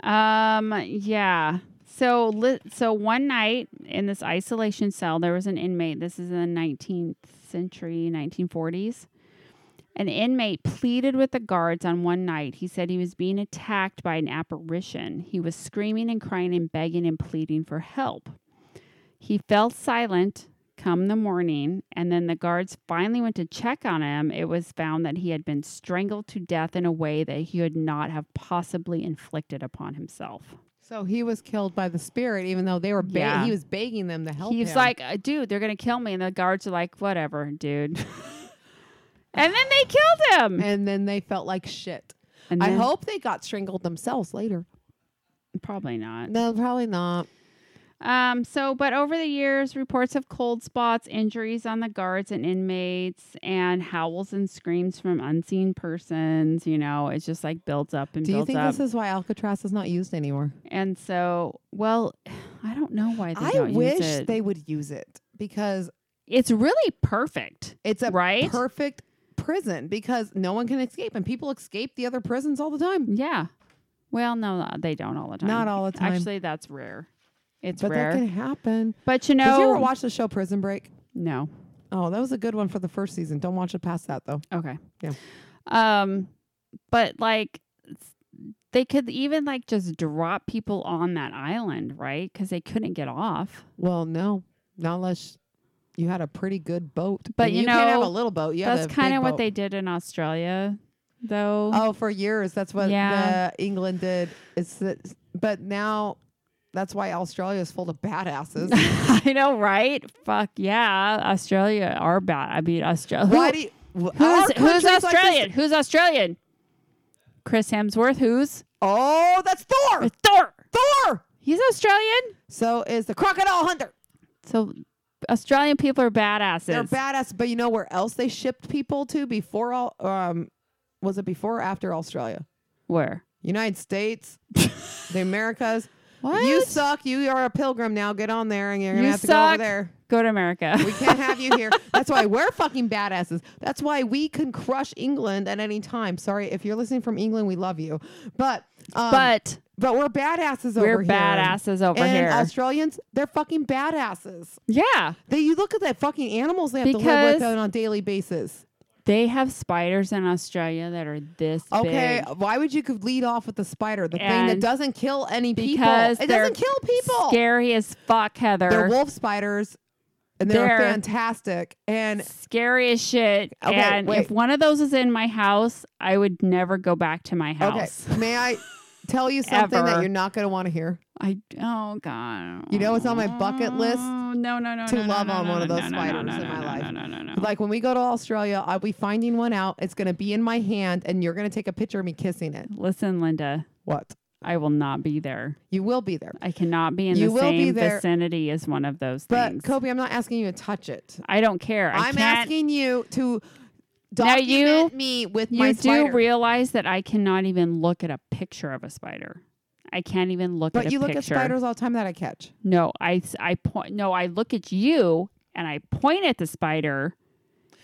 Speaker 1: Um. Yeah. So li- so one night in this isolation cell, there was an inmate. This is in the 19th century, 1940s. An inmate pleaded with the guards on one night. He said he was being attacked by an apparition. He was screaming and crying and begging and pleading for help. He fell silent come the morning, and then the guards finally went to check on him. It was found that he had been strangled to death in a way that he would not have possibly inflicted upon himself.
Speaker 2: So he was killed by the spirit, even though they were ba-
Speaker 1: Yeah.
Speaker 2: he was begging them to help.
Speaker 1: He's
Speaker 2: him.
Speaker 1: like, "Uh, dude, they're going to kill me. And the guards are like, whatever, dude. and then they killed him.
Speaker 2: and then they felt like shit.
Speaker 1: And
Speaker 2: I
Speaker 1: then-
Speaker 2: hope they got strangled themselves later.
Speaker 1: Probably not.
Speaker 2: No, probably not.
Speaker 1: Um, so, but over the years, reports of cold spots, injuries on the guards and inmates, and howls and screams from unseen persons, you know, it's just like builds up and
Speaker 2: Do you
Speaker 1: builds
Speaker 2: think
Speaker 1: up.
Speaker 2: this is why Alcatraz is not used anymore?
Speaker 1: And so, well, I don't know why they
Speaker 2: I
Speaker 1: don't
Speaker 2: wish
Speaker 1: use it.
Speaker 2: they would use it because
Speaker 1: it's really perfect,
Speaker 2: it's a
Speaker 1: right?
Speaker 2: perfect prison because no one can escape and people escape the other prisons all the time.
Speaker 1: yeah. Well, no, uh, they don't all the time.
Speaker 2: Not all the time.
Speaker 1: Actually, that's rare. It's
Speaker 2: but
Speaker 1: rare.
Speaker 2: that can happen.
Speaker 1: but you
Speaker 2: Did
Speaker 1: know,
Speaker 2: you ever watch the show Prison Break?
Speaker 1: no.
Speaker 2: Oh, that was a good one for the first season. Don't watch it past that though.
Speaker 1: Okay.
Speaker 2: Yeah.
Speaker 1: Um, but like s- they could even like just drop people on that island, right? Because they couldn't get off.
Speaker 2: Well, no, not unless you had a pretty good boat.
Speaker 1: But
Speaker 2: And
Speaker 1: you
Speaker 2: can't have
Speaker 1: know,
Speaker 2: a little boat. Yeah,
Speaker 1: That's kind of what they did in Australia, though.
Speaker 2: Oh, for years, that's what
Speaker 1: Yeah.
Speaker 2: the England did. It's the, but now. That's why Australia is full of badasses.
Speaker 1: I know, right? Fuck yeah, Australia are bad. I mean, Australia.
Speaker 2: Why do you,
Speaker 1: who's
Speaker 2: our
Speaker 1: who's
Speaker 2: country's like this-
Speaker 1: Australian? who's Australian? Chris Hemsworth. Who's
Speaker 2: oh, that's Thor.
Speaker 1: Thor?
Speaker 2: Thor.
Speaker 1: He's Australian.
Speaker 2: So is the crocodile hunter.
Speaker 1: So Australian people are badasses.
Speaker 2: They're badass, but you know where else they shipped people to before all um was it before or after Australia?
Speaker 1: Where?
Speaker 2: United States, the Americas.
Speaker 1: What?
Speaker 2: You suck. You are a pilgrim now. Get on there and you're gonna
Speaker 1: You
Speaker 2: have to go over
Speaker 1: suck.
Speaker 2: there.
Speaker 1: Go to America.
Speaker 2: We can't have you here. That's why we're fucking badasses. That's why we can crush England at any time. Sorry, if you're listening from England, we love you. But um,
Speaker 1: but
Speaker 2: but we're badasses over
Speaker 1: we're
Speaker 2: here.
Speaker 1: badasses over
Speaker 2: and
Speaker 1: here.
Speaker 2: Australians, they're fucking badasses.
Speaker 1: yeah.
Speaker 2: They, you look at the fucking animals they have to live with
Speaker 1: Because-
Speaker 2: on a daily basis.
Speaker 1: They have spiders in Australia that are this
Speaker 2: Okay,
Speaker 1: big.
Speaker 2: why would you could lead off with the spider, the thing that
Speaker 1: And
Speaker 2: doesn't kill any people?
Speaker 1: because
Speaker 2: It
Speaker 1: they're
Speaker 2: doesn't kill people.
Speaker 1: Scary as fuck, Heather.
Speaker 2: They're wolf spiders, and they're,
Speaker 1: They're-
Speaker 2: fantastic. And
Speaker 1: scary as shit.
Speaker 2: Okay,
Speaker 1: and
Speaker 2: wait.
Speaker 1: if one of those is in my house, I would never go back to my house.
Speaker 2: okay, may I tell you something that
Speaker 1: Ever.
Speaker 2: you're not going to want to hear?
Speaker 1: I oh god.
Speaker 2: You know what's on my bucket list?
Speaker 1: No, no, no.
Speaker 2: To
Speaker 1: no, no,
Speaker 2: love
Speaker 1: no,
Speaker 2: on
Speaker 1: no,
Speaker 2: one of
Speaker 1: no, no,
Speaker 2: those
Speaker 1: no,
Speaker 2: spiders
Speaker 1: no,
Speaker 2: in
Speaker 1: no,
Speaker 2: my
Speaker 1: no,
Speaker 2: life.
Speaker 1: No, no, no, no.
Speaker 2: Like when we go to Australia, I'll be finding one out. It's going to be in my hand, and you're going to take a picture of me kissing it.
Speaker 1: Listen, Linda,
Speaker 2: What?
Speaker 1: I will not be there.
Speaker 2: You will be there.
Speaker 1: I cannot be in
Speaker 2: You
Speaker 1: the
Speaker 2: will be
Speaker 1: same
Speaker 2: there.
Speaker 1: vicinity as one of those
Speaker 2: But
Speaker 1: things.
Speaker 2: Kobe, I'm not asking you to touch it.
Speaker 1: I don't care. I
Speaker 2: I'm
Speaker 1: can't,
Speaker 2: asking you to
Speaker 1: Now
Speaker 2: document
Speaker 1: you-
Speaker 2: me with
Speaker 1: You
Speaker 2: my
Speaker 1: do
Speaker 2: spider.
Speaker 1: realize that I cannot even look at a picture of a spider. I can't even look at
Speaker 2: But
Speaker 1: a
Speaker 2: you look
Speaker 1: picture.
Speaker 2: at spiders all the time that I catch.
Speaker 1: No, I s- I point no, I look at you and I point at the spider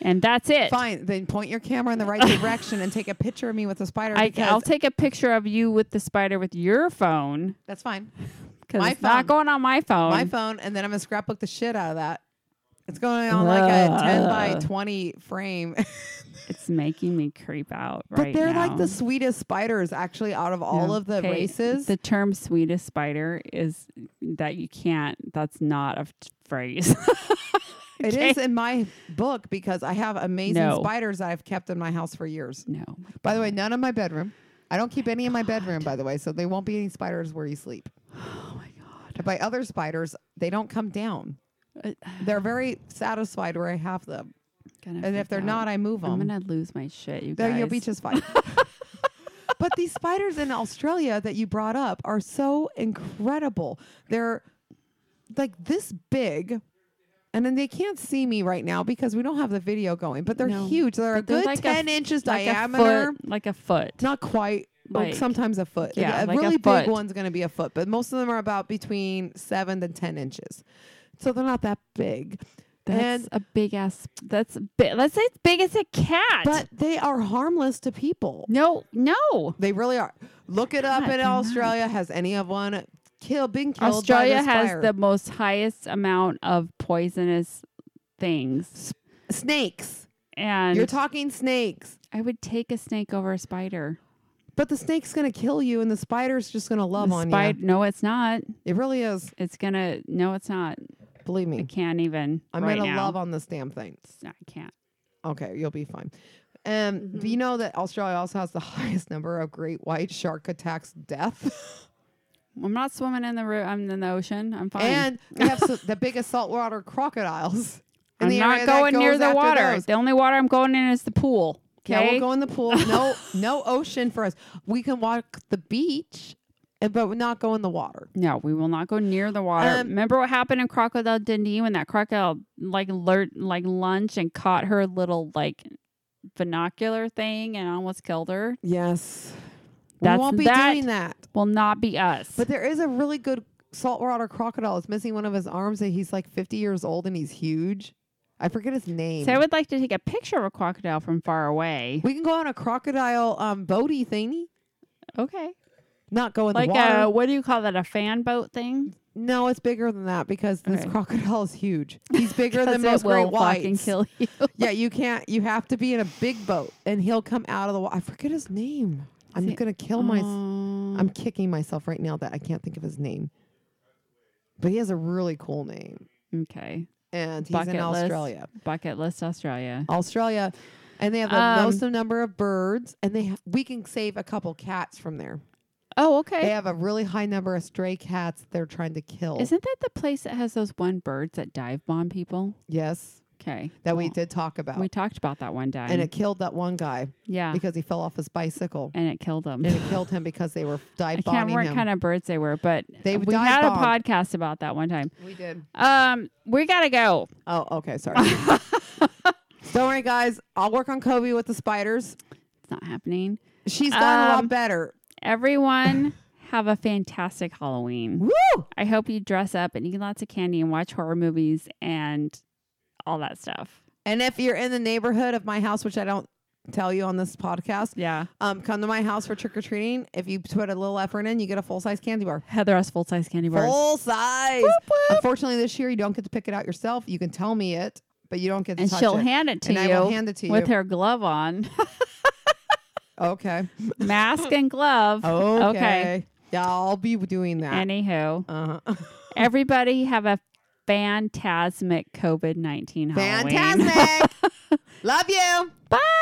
Speaker 1: and that's it.
Speaker 2: Fine, then point your camera in the right direction and take a picture of me with a spider.
Speaker 1: I,
Speaker 2: because
Speaker 1: I'll take a picture of you with the spider with your phone
Speaker 2: that's fine.
Speaker 1: because
Speaker 2: My
Speaker 1: it's not
Speaker 2: phone.
Speaker 1: going on my phone.
Speaker 2: My phone, and then I'm gonna scrapbook the shit out of that. It's going on like a ten by
Speaker 1: Ugh.
Speaker 2: twenty frame.
Speaker 1: It's making me creep out
Speaker 2: but
Speaker 1: right
Speaker 2: they're like the
Speaker 1: now.
Speaker 2: sweetest spiders, actually, out of all
Speaker 1: Yeah.
Speaker 2: of the
Speaker 1: Okay,
Speaker 2: races.
Speaker 1: The term sweetest spider is that you can't, that's not a t- phrase.
Speaker 2: It
Speaker 1: Okay.
Speaker 2: is in my book because I have amazing
Speaker 1: No.
Speaker 2: spiders that I've kept in my house for years.
Speaker 1: no.
Speaker 2: By the
Speaker 1: Mm.
Speaker 2: way, none in my bedroom. I don't keep any in my bedroom, by the way, so there won't be any spiders where you sleep.
Speaker 1: Oh my God.
Speaker 2: By other spiders, they don't come down.
Speaker 1: I-
Speaker 2: They're very satisfied where I have them,
Speaker 1: Gonna
Speaker 2: and if
Speaker 1: freak
Speaker 2: they're
Speaker 1: out.
Speaker 2: not, I move them.
Speaker 1: I'm going to lose my shit, you
Speaker 2: There
Speaker 1: guys.
Speaker 2: you'll be just fine. but these spiders in Australia that you brought up are so incredible. They're like this big. And then they can't see me right now because we don't have the video going, but they're
Speaker 1: No.
Speaker 2: huge. They're a
Speaker 1: But they're
Speaker 2: good
Speaker 1: like a
Speaker 2: 10
Speaker 1: f-
Speaker 2: inches
Speaker 1: like
Speaker 2: diameter.
Speaker 1: A foot, like a foot.
Speaker 2: Not quite. Like,
Speaker 1: Like-
Speaker 2: sometimes a foot.
Speaker 1: yeah,
Speaker 2: a
Speaker 1: like a
Speaker 2: really
Speaker 1: foot.
Speaker 2: big one's going to be a foot, but most of them are about between seven to 10 inches. So they're not that big.
Speaker 1: That's
Speaker 2: and
Speaker 1: a big ass. That's a bit. Let's say it's big as a cat.
Speaker 2: but they are harmless to people.
Speaker 1: no, no.
Speaker 2: They really are. Look it up
Speaker 1: God,
Speaker 2: in
Speaker 1: they're not.
Speaker 2: Australia. Has any of one kill been killed?
Speaker 1: Australia
Speaker 2: by this
Speaker 1: has
Speaker 2: fire?
Speaker 1: the most highest amount of poisonous things,
Speaker 2: snakes.
Speaker 1: and
Speaker 2: You're talking snakes,
Speaker 1: I would take a snake over a spider.
Speaker 2: but the snake's gonna kill you, and the spider's just gonna love
Speaker 1: The
Speaker 2: on
Speaker 1: spid- No, it's not.
Speaker 2: you. It really is.
Speaker 1: It's gonna. No, it's not.
Speaker 2: Believe
Speaker 1: I
Speaker 2: me,
Speaker 1: can't even.
Speaker 2: I'm
Speaker 1: right
Speaker 2: gonna
Speaker 1: now.
Speaker 2: love on this damn thing.
Speaker 1: It's not- I can't.
Speaker 2: Okay, you'll be fine. Um, do
Speaker 1: Mm-hmm.
Speaker 2: you know that Australia also has the highest number of great white shark attacks death,
Speaker 1: I'm not swimming in the. Ro- I'm in the ocean. I'm fine.
Speaker 2: and they have so, the biggest saltwater crocodiles. in
Speaker 1: I'm
Speaker 2: the
Speaker 1: not
Speaker 2: area that
Speaker 1: going near
Speaker 2: goes
Speaker 1: the
Speaker 2: after
Speaker 1: water.
Speaker 2: those.
Speaker 1: The only water I'm going in is the pool.
Speaker 2: Yeah,
Speaker 1: Okay.
Speaker 2: we'll go in the pool. No, no ocean for us. We can walk the beach, and but we're not go in the water.
Speaker 1: No, we will not go near the water.
Speaker 2: Um,
Speaker 1: Remember what happened in Crocodile Dundee when that crocodile like lurt like lunged and caught her little like binocular thing and almost killed her?
Speaker 2: Yes,
Speaker 1: That's-
Speaker 2: we won't be
Speaker 1: that-
Speaker 2: doing that.
Speaker 1: Will not be us.
Speaker 2: But there is a really good saltwater crocodile. It's missing one of his arms, and he's like fifty years old, and he's huge. I forget his name.
Speaker 1: so I would like to take a picture of a crocodile from far away.
Speaker 2: we can go on a crocodile um boaty thingy.
Speaker 1: Okay.
Speaker 2: Not go in
Speaker 1: Like uh,
Speaker 2: the water.
Speaker 1: a what do you call that? A fan boat thing?
Speaker 2: no, it's bigger than that because this
Speaker 1: Okay.
Speaker 2: crocodile is huge. He's bigger
Speaker 1: 'Cause
Speaker 2: than most
Speaker 1: it will
Speaker 2: great whites.
Speaker 1: fucking kill you.
Speaker 2: Yeah, you can't. You have to be in a big boat, and he'll come out of the water. I forget his name. I'm
Speaker 1: See-
Speaker 2: gonna kill Oh my.
Speaker 1: Um,
Speaker 2: I'm kicking myself right now that I can't think of his name. But he has a really cool name,
Speaker 1: okay.
Speaker 2: and he's
Speaker 1: Bucket
Speaker 2: in
Speaker 1: list.
Speaker 2: Australia.
Speaker 1: Bucket list Australia.
Speaker 2: Australia, and they have the
Speaker 1: Um,
Speaker 2: most number of birds, and they ha- we can save a couple cats from there.
Speaker 1: Oh,
Speaker 2: They
Speaker 1: okay.
Speaker 2: have a really high number of stray cats they're trying to kill.
Speaker 1: Isn't that the place that has those one birds that dive bomb people?
Speaker 2: yes,
Speaker 1: Okay.
Speaker 2: that we
Speaker 1: cool.
Speaker 2: did talk about,
Speaker 1: We talked about that one time.
Speaker 2: and it killed that one guy
Speaker 1: yeah,
Speaker 2: because he fell off his bicycle.
Speaker 1: and it killed them.
Speaker 2: And it killed him because they were
Speaker 1: I
Speaker 2: dive
Speaker 1: can't remember
Speaker 2: bombing
Speaker 1: what
Speaker 2: him.
Speaker 1: kind of birds they were, but
Speaker 2: They
Speaker 1: we
Speaker 2: dive
Speaker 1: had a
Speaker 2: bomb.
Speaker 1: podcast about that one time.
Speaker 2: We did.
Speaker 1: Um, we gotta go.
Speaker 2: Oh, okay. Sorry. Don't worry, guys. I'll work on Kobe with the spiders.
Speaker 1: It's not happening.
Speaker 2: She's gotten a
Speaker 1: Um,
Speaker 2: lot better.
Speaker 1: Everyone, have a fantastic Halloween.
Speaker 2: Woo!
Speaker 1: I hope you dress up and eat lots of candy and watch horror movies and all that stuff.
Speaker 2: And if you're in the neighborhood of my house, which I don't tell you on this podcast,
Speaker 1: Yeah.
Speaker 2: um, come to my house for trick or treating. If you put a little effort in, you get a full size candy bar.
Speaker 1: Heather has full size candy bars.
Speaker 2: Full size. Unfortunately, this year you don't get to pick it out yourself. You can tell me it, but you don't get to
Speaker 1: and
Speaker 2: touch
Speaker 1: she'll
Speaker 2: it.
Speaker 1: hand it to
Speaker 2: and
Speaker 1: you
Speaker 2: I will hand it to you.
Speaker 1: with her glove on,
Speaker 2: okay.
Speaker 1: mask and glove.
Speaker 2: okay. Yeah, I'll be doing that.
Speaker 1: Anywho,
Speaker 2: uh-huh.
Speaker 1: everybody have a fantasmic COVID 19 Halloween.
Speaker 2: Fantastic. Love you.
Speaker 1: Bye.